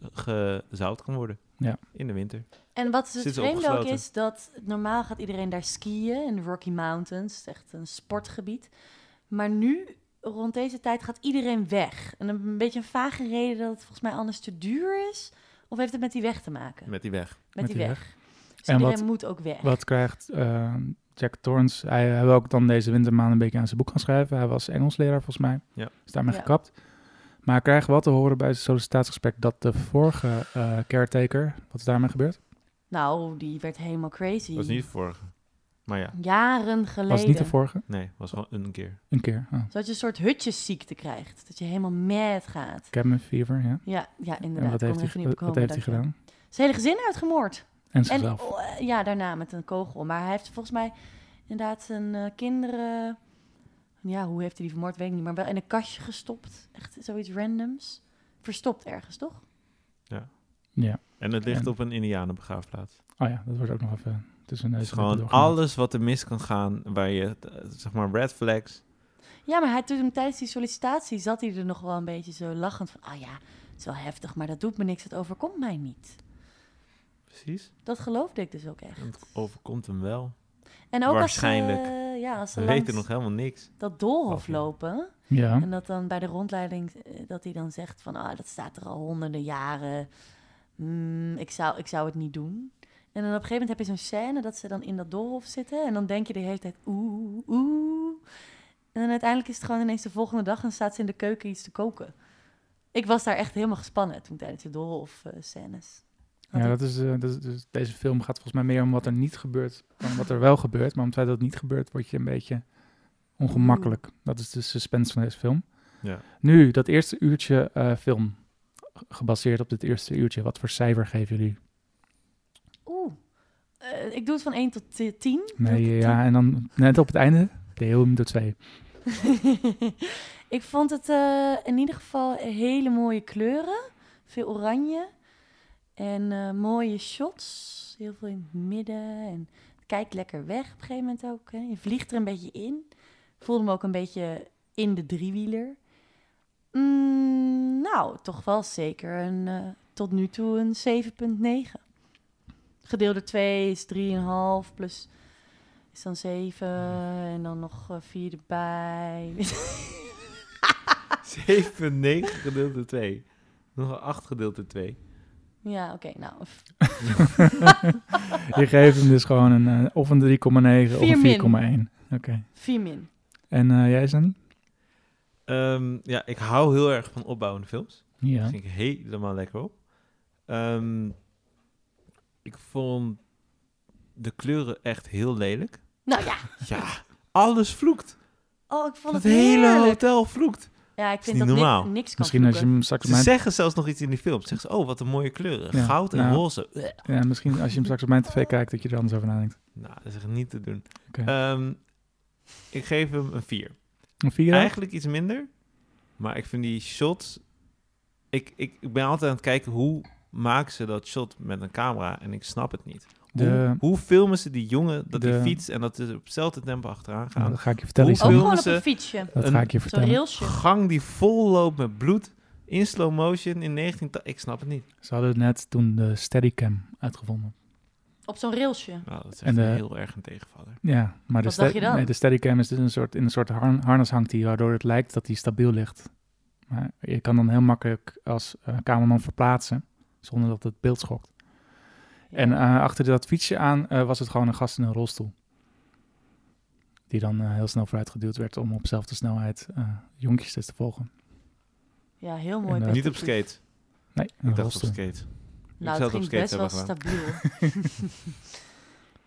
eh, gezout kan worden. Ja. In de winter. En wat het Zitten vreemde ook opgesloten. is, dat normaal gaat iedereen daar skiën in de Rocky Mountains. Het is echt een sportgebied. Maar nu, rond deze tijd, gaat iedereen weg. En een beetje een vage reden dat het volgens mij anders te duur is. Of heeft het met die weg te maken? Met, Met die weg. die, die weg. Dus En iedereen wat- moet ook weg. Wat krijgt eh, Jack Torrance? Hij, hij wil ook dan deze wintermaanden een beetje aan zijn boek gaan schrijven. Hij was Engelsleraar volgens mij. Ja. Is daarmee Ja. gekapt. Maar hij krijgt wel te horen bij zijn sollicitatiegesprek dat de vorige eh caretaker, wat is daarmee gebeurd? Nou, die werd helemaal crazy. Dat was niet de vorige. Maar ja, Jaren geleden. Was het niet de vorige? nee, was gewoon een keer. Een keer. Oh. Zodat je een soort hutjesziekte krijgt. Dat je helemaal mad gaat. Cabin fever, ja. Ja, ja en inderdaad. wat Kom er heeft, hij, even ge- niet op wat komen, heeft hij dankjewel. gedaan? Zijn hele gezin uitgemoord. En En zichzelf. oh, eh, ja, daarna met een kogel. Maar hij heeft volgens mij inderdaad zijn eh, kinderen. Ja, hoe heeft hij die vermoord? Weet ik niet. Maar wel in een kastje gestopt. Echt zoiets randoms. Verstopt ergens, toch? Ja. En het ligt En- op een Indianenbegraafplaats. Oh ja, dat wordt ook nog even tussen Het neus is en lippen gewoon doorgemaakt. alles wat er mis kan gaan, waar je, eh, zeg maar, red flags. Ja, maar hij, toen, tijdens die sollicitatie zat hij er nog wel een beetje zo lachend van. Ah ja, het is wel heftig, maar dat doet me niks. Het overkomt mij niet. Precies. Dat geloofde ik dus ook echt. En het overkomt hem wel. En ook waarschijnlijk. als ze, ja, als ze We weten nog langs helemaal niks. dat doolhof Of ja. lopen... Ja. En dat dan bij de rondleiding, eh, dat hij dan zegt van, ah, dat staat er al honderden jaren. Mm, ik, zou, ik zou het niet doen. En dan op een gegeven moment heb je zo'n scène dat ze dan in dat doolhof zitten. En dan denk je de hele tijd, oeh, oeh. En dan uiteindelijk is het gewoon ineens de volgende dag en staat ze in de keuken iets te koken. Ik was daar echt helemaal gespannen toen tijdens de doolhof eh, scènes. Had Ja, ik- dat is, eh, dat is- dus deze film gaat volgens mij meer om wat er niet gebeurt dan wat er wel gebeurt. Maar om het feit dat het niet gebeurt, word je een beetje ongemakkelijk. Mm. Dat is de suspense van deze film. Ja. Nu, dat eerste uurtje eh, film, g- gebaseerd op dit eerste uurtje. Wat voor cijfer geven jullie? Oeh. Eh, ik doe het van 1 tot 10. Nee, ja, en dan net op het einde, deel hem door twee. ik vond het eh, in ieder geval hele mooie kleuren. Veel oranje. En eh, mooie shots. Heel veel in het midden. En het kijkt lekker weg op een gegeven moment ook. Hè. Je vliegt er een beetje in. Ik voelde me ook een beetje in de driewieler. Mm, nou, toch wel zeker een, eh, tot nu toe een 7,9. Gedeeld door 2 is 3,5 plus Is dan zeven Mhm. en dan nog eh, vier erbij. 7, 9 gedeeld door 2. Nog 8 gedeeld door 2. ja, oké, nou. f- Je geeft hem dus gewoon een, eh, of een 3,9 of Vier min. een 4,1. Oké. Vier min. En eh, jij is dan niet? Ehm, ja, ik hou heel erg van opbouwende films. Ja. Dat vind ik helemaal lekker op. Ehm, ik vond de kleuren echt heel lelijk. Nou ja, Ja, alles vloekt. oh, ik vond Het het hele heerlijk. hotel vloekt. Ja, ik vind niet dat ni- normaal. niks kan Misschien als je vloeken. hem straks op Ze mijn, zeggen zelfs nog iets in die film. Ze zeggen, ze, oh, wat een mooie kleuren. Ja, Goud en nou. roze. Blech. ja, misschien als je hem straks op mijn tv kijkt, dat je er anders over nadenkt. Nou, dat is echt niet te doen. Oké. Ehm, ik geef hem een 4. Een 4? Eigenlijk iets minder. Maar ik vind die shots... Ik, ik, ik ben altijd aan het kijken hoe maken ze dat shot met een camera. En ik snap het niet. De, Hoe, hoe filmen ze die jongen dat de- die fiets en dat ze op hetzelfde tempo achteraan nou, gaan? dat ga ik je vertellen. Hoe Isabel. Ook filmen gewoon op ze- een fietsje. Dat een- ga ik je Zo'n vertellen. railsje. Gang die vol loopt met bloed in slow motion in 19... ta- Ik snap het niet. Ze hadden net toen de Steadicam uitgevonden. Op zo'n railsje. Nou, dat is En echt de- heel erg een tegenvaller. Ja, maar de, Wat dacht ste- je dan? Nee, de Steadicam is dus een soort, in een soort har- harnas hangt die, waardoor het lijkt dat hij stabiel ligt. Maar je kan dan heel makkelijk als eh, cameraman verplaatsen, zonder dat het beeld schokt. En eh, achter dat fietsje aan eh, was het gewoon een gast in een rolstoel. Die dan eh, heel snel vooruit geduwd werd om op dezelfde snelheid eh jonkjes dus te volgen. Ja, heel mooi. en, eh, Niet op perspectief. skate. Nee, een Ik dacht op rolstoel. skate. Nou, zou het het op ging skate best wel hebben gedaan. stabiel.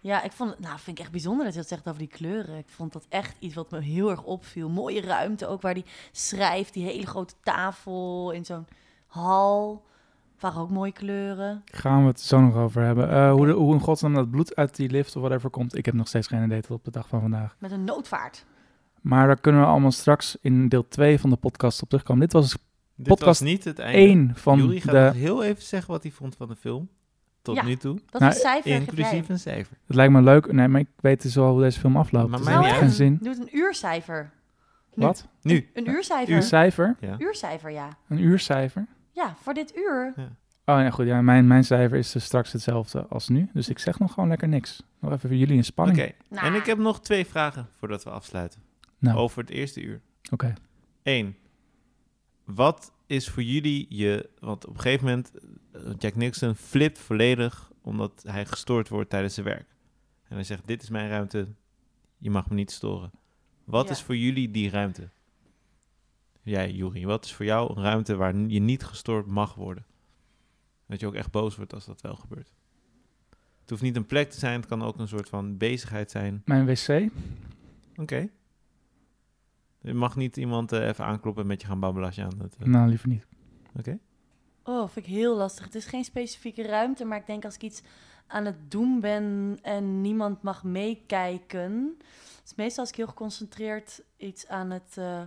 ja, ik vond het, nou, vind ik echt bijzonder dat je dat zegt over die kleuren. Ik vond dat echt iets wat me heel erg opviel. Mooie ruimte ook waar die schrijft, die hele grote tafel in zo'n hal. Waren ook mooie kleuren. Gaan we het zo nog over hebben. Eh, hoe, de, hoe in godsnaam dat bloed uit die lift of whatever komt, ik heb nog steeds geen idee tot op de dag van vandaag. Met een noodvaart. Maar daar kunnen we allemaal straks in deel 2 van de podcast op terugkomen. Dit was Dit Podcast was niet het einde. één van Jury gaat nog de... heel even zeggen wat hij vond van de film. Tot Ja. nu toe. Dat Nou, is cijfer. geef jij. Inclusief een cijfer. Het lijkt me leuk. Nee, maar ik weet dus al hoe deze film afloopt. Maar Dus mij dat Nou, niet heeft en? geen zin. Doe het een uurcijfer. Nu. Wat? Nu. Een uurcijfer. Een cijfer? Ja. Uurcijfer, ja. Een uurcijfer? Ja, voor dit uur. Oh ja, goed. Ja, mijn, mijn cijfer is dus straks hetzelfde als nu. Dus ik zeg nog gewoon lekker niks. Nog even voor jullie in Oké. spanning. Nou. En ik heb nog twee vragen voordat we afsluiten. Nou. Over het eerste uur. Oké. Eén. Wat is voor jullie je... Want op een gegeven moment... eh, Jack Nixon flipt volledig omdat hij gestoord wordt tijdens zijn werk. En hij zegt, dit is mijn ruimte. Je mag me niet storen. Wat Ja. is voor jullie die ruimte? Jij, Juri, wat is voor jou een ruimte waar je niet gestoord mag worden? Dat je ook echt boos wordt als dat wel gebeurt. Het hoeft niet een plek te zijn, het kan ook een soort van bezigheid zijn. Mijn wc? Oké. Je mag niet iemand eh, even aankloppen en met je gaan babbelen als je aan het... eh, Nou, liever niet. Oh, vind ik heel lastig. Het is geen specifieke ruimte, maar ik denk als ik iets aan het doen ben en niemand mag meekijken. Dus meestal als ik heel geconcentreerd iets aan het, eh,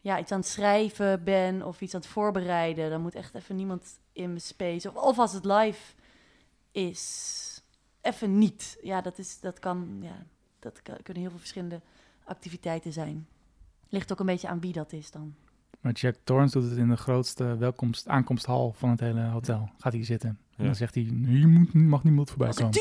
ja, iets aan het schrijven ben of iets aan het voorbereiden, dan moet echt even niemand in mijn space. Of, of als het live is, even niet. Ja, dat, is, dat kan, ja, dat kan- kunnen heel veel verschillende activiteiten zijn. Ligt ook een beetje aan wie dat is dan. Maar Jack Torrance doet het in de grootste welkomst, aankomsthal van het hele hotel. Gaat hij zitten. En Ja. dan zegt hij, hier moet, mag niemand voorbij Als een komen.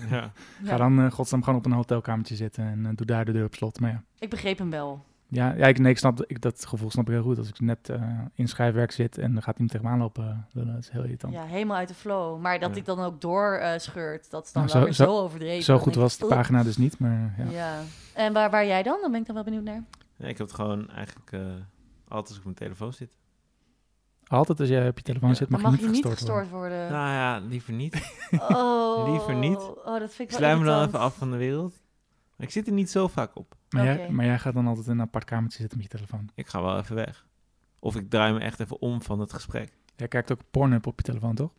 type. Ja. Ga dan eh, godsnaam gewoon op een hotelkamertje zitten en eh, doe daar de deur op slot. Maar ja, Ik begreep hem wel. ja, ja ik, nee, ik snap, ik, dat gevoel snap ik heel goed. Als ik net eh, in schrijfwerk zit en dan gaat iemand tegen me aanlopen, dan eh, is het heel irritant. Ja, helemaal uit de flow. Maar dat Ja. ik dan ook doorscheurt, dat is dan Nou, wel zo- weer zo- zo, overdreven. Zo Dan goed denk was ik, de "Ugh." pagina dus niet, maar ja. Ja. En waar, waar jij dan? Dan ben ik dan wel benieuwd naar. Nee, ik heb het gewoon eigenlijk eh, altijd als ik op mijn telefoon zit. Altijd als jij op je telefoon Ja. zit, Dan mag, mag je niet gestoord worden. worden. Nou ja, liever niet. Oh, Liever niet. Oh, dat vind Ik ik wel sluit me dan irritant. even af van de wereld. Maar ik zit er niet zo vaak op. Maar, jij, Oké. maar jij gaat dan altijd in een apart kamertje zitten met je telefoon. Ik ga wel even weg. Of ik draai me echt even om van het gesprek. Jij kijkt ook Pornhub op je telefoon, toch?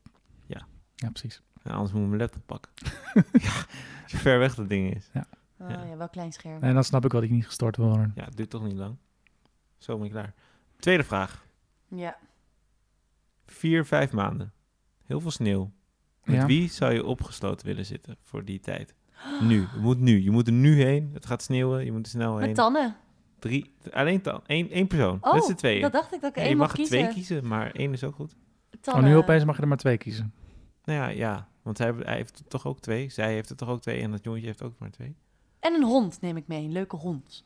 Ja. Ja, precies. Ja, anders moet ik mijn laptop pakken. ja, als je ver weg dat ding is. Oh, ja, wel klein scherm. En dan snap ik wel dat ik niet gestoord wil worden. Ja, het duurt toch niet lang. Zo ben ik klaar. Tweede vraag. Ja. Vier, vijf maanden. Heel veel sneeuw. Met Ja. wie zou je opgesloten willen zitten voor die tijd? Nu. Het moet nu. Je moet er nu heen. Het gaat sneeuwen. Je moet er snel heen. Met tanden. Drie. Alleen dan. Eén, één persoon. Oh, dat is de tweeën. Dat dacht ik dat ik Ja, één je mocht mag er kiezen. twee kiezen, maar één is ook goed. Oh, Tanden. nu opeens mag je er maar twee kiezen. Nou ja, ja. Want hij, hij heeft er toch ook twee? Zij heeft er toch ook twee? En dat jongetje heeft ook maar twee? En een hond neem ik mee, een leuke hond.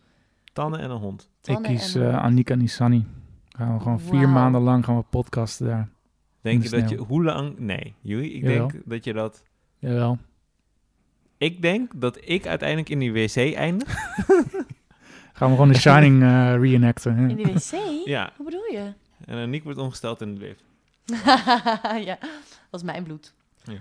Tanden en een hond. Ik Tanne kies en een eh Annika Nissani. Gaan we gewoon vier Wauw. maanden lang gaan we podcasten daar. Denk je de dat je... sneeuw. Hoe lang... Nee, Joey, ik Jawel. denk dat je dat... Jawel. Ik denk dat ik uiteindelijk in die wc eindig. Gaan we gewoon de Shining eh, reenacten. hè? In die wc? Ja. Hoe bedoel je? En Aniek wordt ongesteld in de lift. ja, was mijn bloed. Ja.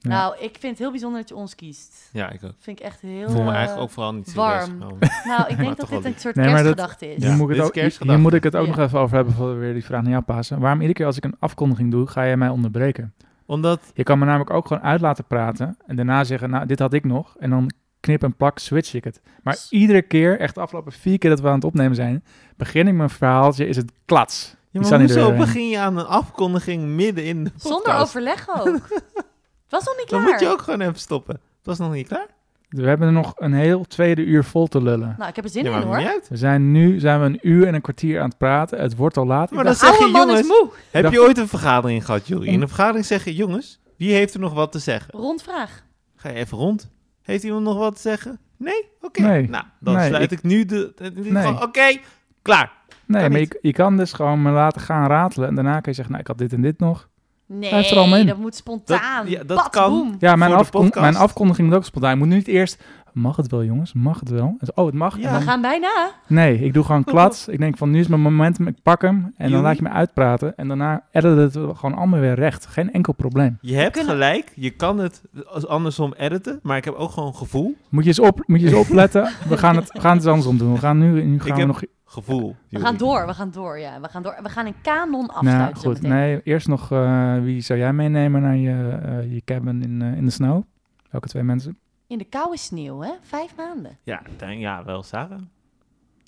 Nou, ik vind het heel bijzonder dat je ons kiest. Ja, ik ook. Vind ik echt heel... Ik voel me eh, eigenlijk ook vooral niet serieus warm. genomen. Nou, ik Maar denk toch dat wel dit een lief. soort Nee, maar dat- kerstgedachte is. Hier, Ja, moet ik dit het is ook, hier kerstgedachte. moet ik het ook Ja. nog even over hebben voordat we weer die vraag naar jou passen. Waarom iedere keer als ik een afkondiging doe, ga jij mij onderbreken? Omdat... Je kan me namelijk ook gewoon uit laten praten en daarna zeggen, nou, dit had ik nog. En dan knip en plak, switch ik het. Maar S- iedere keer, echt de afgelopen vier keer dat we aan het opnemen zijn, begin ik mijn verhaaltje, is het klats. Die Ja, maar staan hier hoezo doorheen. begin je aan een afkondiging midden in de podcast? Zonder overleg ook. Het was nog niet Dan klaar. moet je ook gewoon even stoppen. Het was nog niet klaar. We hebben er nog een heel tweede uur vol te lullen. Nou, ik heb er zin ja, in maar hoor. niet uit. We zijn nu zijn we een uur en een kwartier aan het praten. Het wordt al laat. Ik Maar dacht, dan De zeg je, oude man is jongens... moe. Heb dacht- je ooit een vergadering gehad, Joey? In een vergadering zeg je, jongens, wie heeft er nog wat te zeggen? Rondvraag. Ga je even rond. Heeft iemand nog wat te zeggen? Nee? Oké. Nee. Nou, dan Nee, sluit ik, ik- nu de... de- de- Nee. gewoon, Oké, klaar. nee, kan maar niet. je, je kan dus gewoon me laten gaan ratelen. En daarna kun je zeggen, nou, ik had dit en dit nog. Hij Nee, heeft er allemaal in. dat moet spontaan. Dat- Dat, ja, dat kan. Ja, mijn, Voor de afkon- podcast. mijn afkondiging moet ook spontaan. Ik moet nu niet eerst... Mag het wel, jongens? Mag het wel? En zo, Oh, het mag. Ja. En We dan- gaan bijna. nee, ik doe gewoon klats. Ik denk van, nu is mijn momentum. Ik pak hem. En dan Joey? laat je me uitpraten. En daarna editen het we gewoon allemaal weer recht. Geen enkel probleem. Je hebt kunnen- gelijk. Je kan het als andersom editen. Maar ik heb ook gewoon gevoel. Moet je eens, op, moet je eens opletten. We gaan, het, we gaan het andersom doen. We gaan nu, nu gaan we heb- nog... Gevoel. We Joey. gaan door, we gaan door. Ja, we gaan door. We gaan een kanon afsluiten. Nou, goed. zometeen. Nee, eerst nog, eh, wie zou jij meenemen naar je, eh, je cabin in, eh, in de snow? Welke twee mensen? In de koude sneeuw, hè? Vijf maanden. Ja, denk, ja, wel Sarah.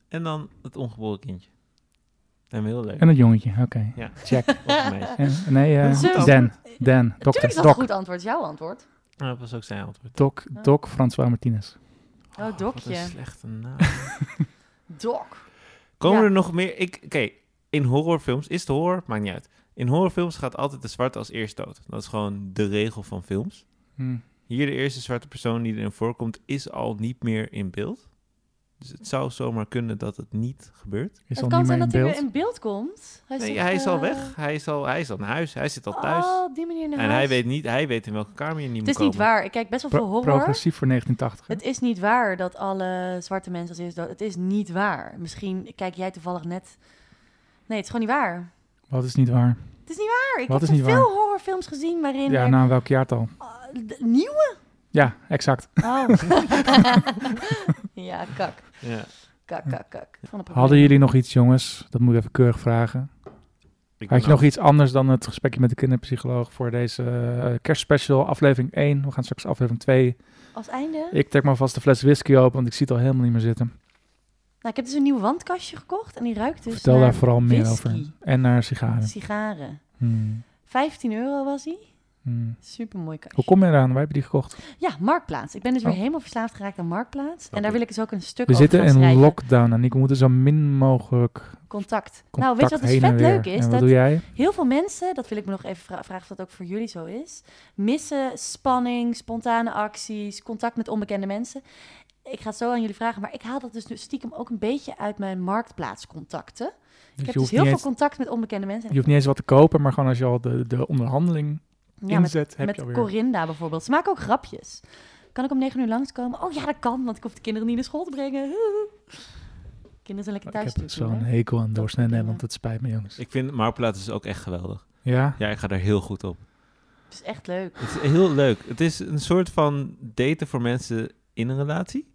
En dan het ongeboren kindje. En heel leuk. En het jongetje, oké. Ja. Check. Of een meisje. En, nee, eh, Dat is een goed Dan. Dan. Natuurlijk Dokter. is dat een Doc. goed antwoord, jouw antwoord. Nou, dat was ook zijn antwoord. Doc, Doc François Martinez. Oh, Wat een dokje. slechte naam. Dok. Komen Ja. er nog meer? Ik, oké, in horrorfilms, is het horror? Maakt niet uit. In horrorfilms gaat altijd de zwarte als eerste dood. Dat is gewoon de regel van films. Hm. Hier de eerste zwarte persoon die erin voorkomt, is al niet meer in beeld. Dus het zou zomaar kunnen dat het niet gebeurt. Is Het al kan niet meer zijn in dat hij beeld. weer in beeld komt. Hij Nee, zich, hij is al eh, weg. Hij is al, hij is al naar huis. Hij zit al thuis. Oh, op die manier naar en huis. hij weet, niet, hij weet in welke kamer je niet Het moet is niet komen. waar. Ik kijk best wel Pro- veel horror. progressief voor 1980. hè? Het is niet waar dat alle zwarte mensen als eerste dood... Het is niet waar. Misschien kijk jij toevallig net... Nee, het is gewoon niet waar. Wat is niet waar? Het is niet waar. Ik Wat heb is niet veel horrorfilms gezien waarin... Ja, er- nou, welk jaartal? Ah, d- nieuwe? Ja, exact. Oh. ja, kak. Ja. Kak, kak, kak. Van een probleem. Hadden jullie nog iets, jongens? Dat moet ik even keurig vragen. Had Ik ben je nog iets anders dan het gesprekje met de kinderpsycholoog voor deze eh, kerstspecial, aflevering 1? We gaan straks aflevering 2 Als einde... Ik trek maar vast de fles whisky open, want ik zie het al helemaal niet meer zitten. Nou, ik heb dus een nieuw wandkastje gekocht en die ruikt dus Vertel naar daar vooral meer whisky, over. En naar sigaren. sigaren. Hmm, 15 euro was die. hmm. Super mooi kastje. Hoe kom je eraan? Wij hebben die gekocht. Ja, Marktplaats. Ik ben dus weer Oh. helemaal verslaafd geraakt aan Marktplaats. En ik. daar wil ik dus ook een stuk We over zitten gaan in schrijven. lockdown en we moeten zo min mogelijk contact Contact. Nou, weet je wat dus heen en vet weer. leuk En is? wat Dat doe jij? heel veel mensen, dat wil ik me nog even vra- vragen of dat ook voor jullie zo is, missen spanning, spontane acties, contact met onbekende mensen. Ik ga het zo aan jullie vragen, maar ik haal dat dus nu stiekem ook een beetje uit mijn Marktplaatscontacten. Dus ik heb je, dus hoeft heel niet veel eens, contact met onbekende mensen. je hoeft niet eens wat te kopen, maar gewoon als je al de, de onderhandeling Ja, met inzet, heb je Met alweer. Corinda bijvoorbeeld. Ze maken ook grapjes. Kan ik om negen uur langskomen? Oh ja, dat kan, want ik hoef de kinderen niet naar school te brengen. Kinderen zijn lekker thuis. ik heb dus natuurlijk, zo'n hè? hekel aan doorsnijden, Ja. want het spijt me jongens. Ik vind Marktplaats is ook echt geweldig. ja? Ja, ik ga daar heel goed op. Het is echt leuk. Het is heel leuk. Het is een soort van daten voor mensen in een relatie.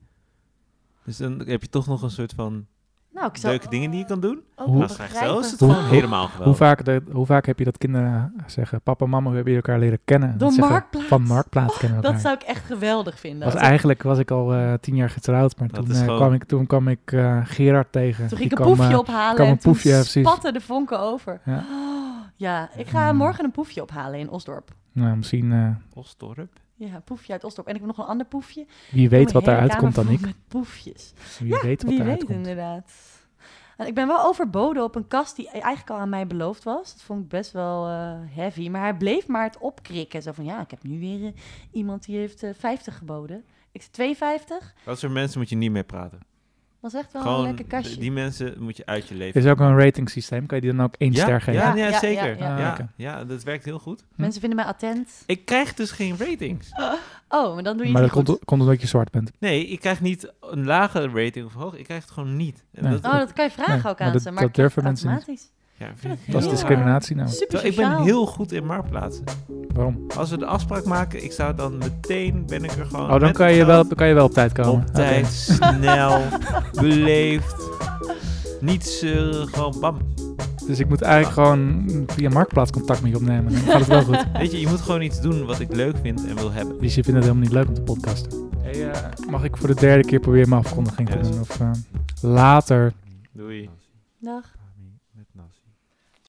Dus dan heb je toch nog een soort van Nou, ik zou leuke dingen die je kan doen. ook Hoe- wel Maar straks wel is begrijpen. het gewoon Hoe- helemaal geweldig. Hoe vaak, de- hoe vaak heb je dat kinderen zeggen, papa en mama, hoe hebben jullie elkaar leren kennen? Door Dat zeggen, Marktplaats. Van Marktplaats kennen we elkaar. Dat zou ik echt geweldig vinden. Was Als- eigenlijk was ik al eh, tien jaar getrouwd, maar Dat toen, is eh, gewoon- kwam ik, toen kwam ik eh, Gerard tegen. Toen Die ging ik een kwam, poefje eh, ophalen kwam en een toen poefje, ja, precies. spatten de vonken over. Ja. Oh, ja, ik ga Hmm. morgen een poefje ophalen in Osdorp. Nou, misschien, eh, Osdorp. Ja, een poefje uit Osdorp. En ik heb nog een ander poefje. Mijn wie weet hele wat daaruit kamer komt dan vol ik. Met poefjes. Wie weet wat Wie daaruit weet komt. inderdaad. En ik ben wel overboden op een kast die eigenlijk al aan mij beloofd was. Dat vond ik best wel eh, heavy. Maar hij bleef maar het opkrikken. Zo van, ja, ik heb nu weer eh, iemand die heeft eh, 50 geboden. Ik zei 52. Dat soort mensen moet je niet mee praten. was echt wel een Gewoon, lekker kastje. d- die mensen moet je uit je leven. Is er ook een rating systeem? Kan je die dan ook één ja, ster geven? Ja, Ja, ja, ja, zeker. ja, Ja, ja. ja. Ah, oké. dat werkt heel goed. Mensen vinden mij attent. Ik krijg dus geen ratings. Oh, maar dan doe je het maar dat niet komt, goed. komt omdat je zwart bent. Nee, ik krijg niet een lage rating of hoog. Ik krijg het gewoon niet. En Nee. Oh, dat kan je vragen Nee, ook maar aan dat- ze. Maar dat ik krijg durven het mensen niet. automatisch. ja, vind ik Dat is Ja. discriminatie nou. Super Terwijl ik ben sociaal. heel goed in marktplaatsen. Waarom? Als we de afspraak maken, ik zou dan meteen, ben ik er gewoon Oh, dan met kan het je, wel, geld dan kan je wel op tijd komen. op Oké. tijd, snel, beleefd. Niet zeuren, gewoon bam. Dus ik moet eigenlijk gewoon via Marktplaats contact met je opnemen. Dan gaat het wel goed. Weet je, je moet gewoon iets doen wat ik leuk vind en wil hebben. Dus je vindt het helemaal niet leuk om te podcasten. Hey, eh, mag eh, ik voor de derde keer proberen mijn afkondiging te Ja, is doen? Of eh, later. Doei. Dag.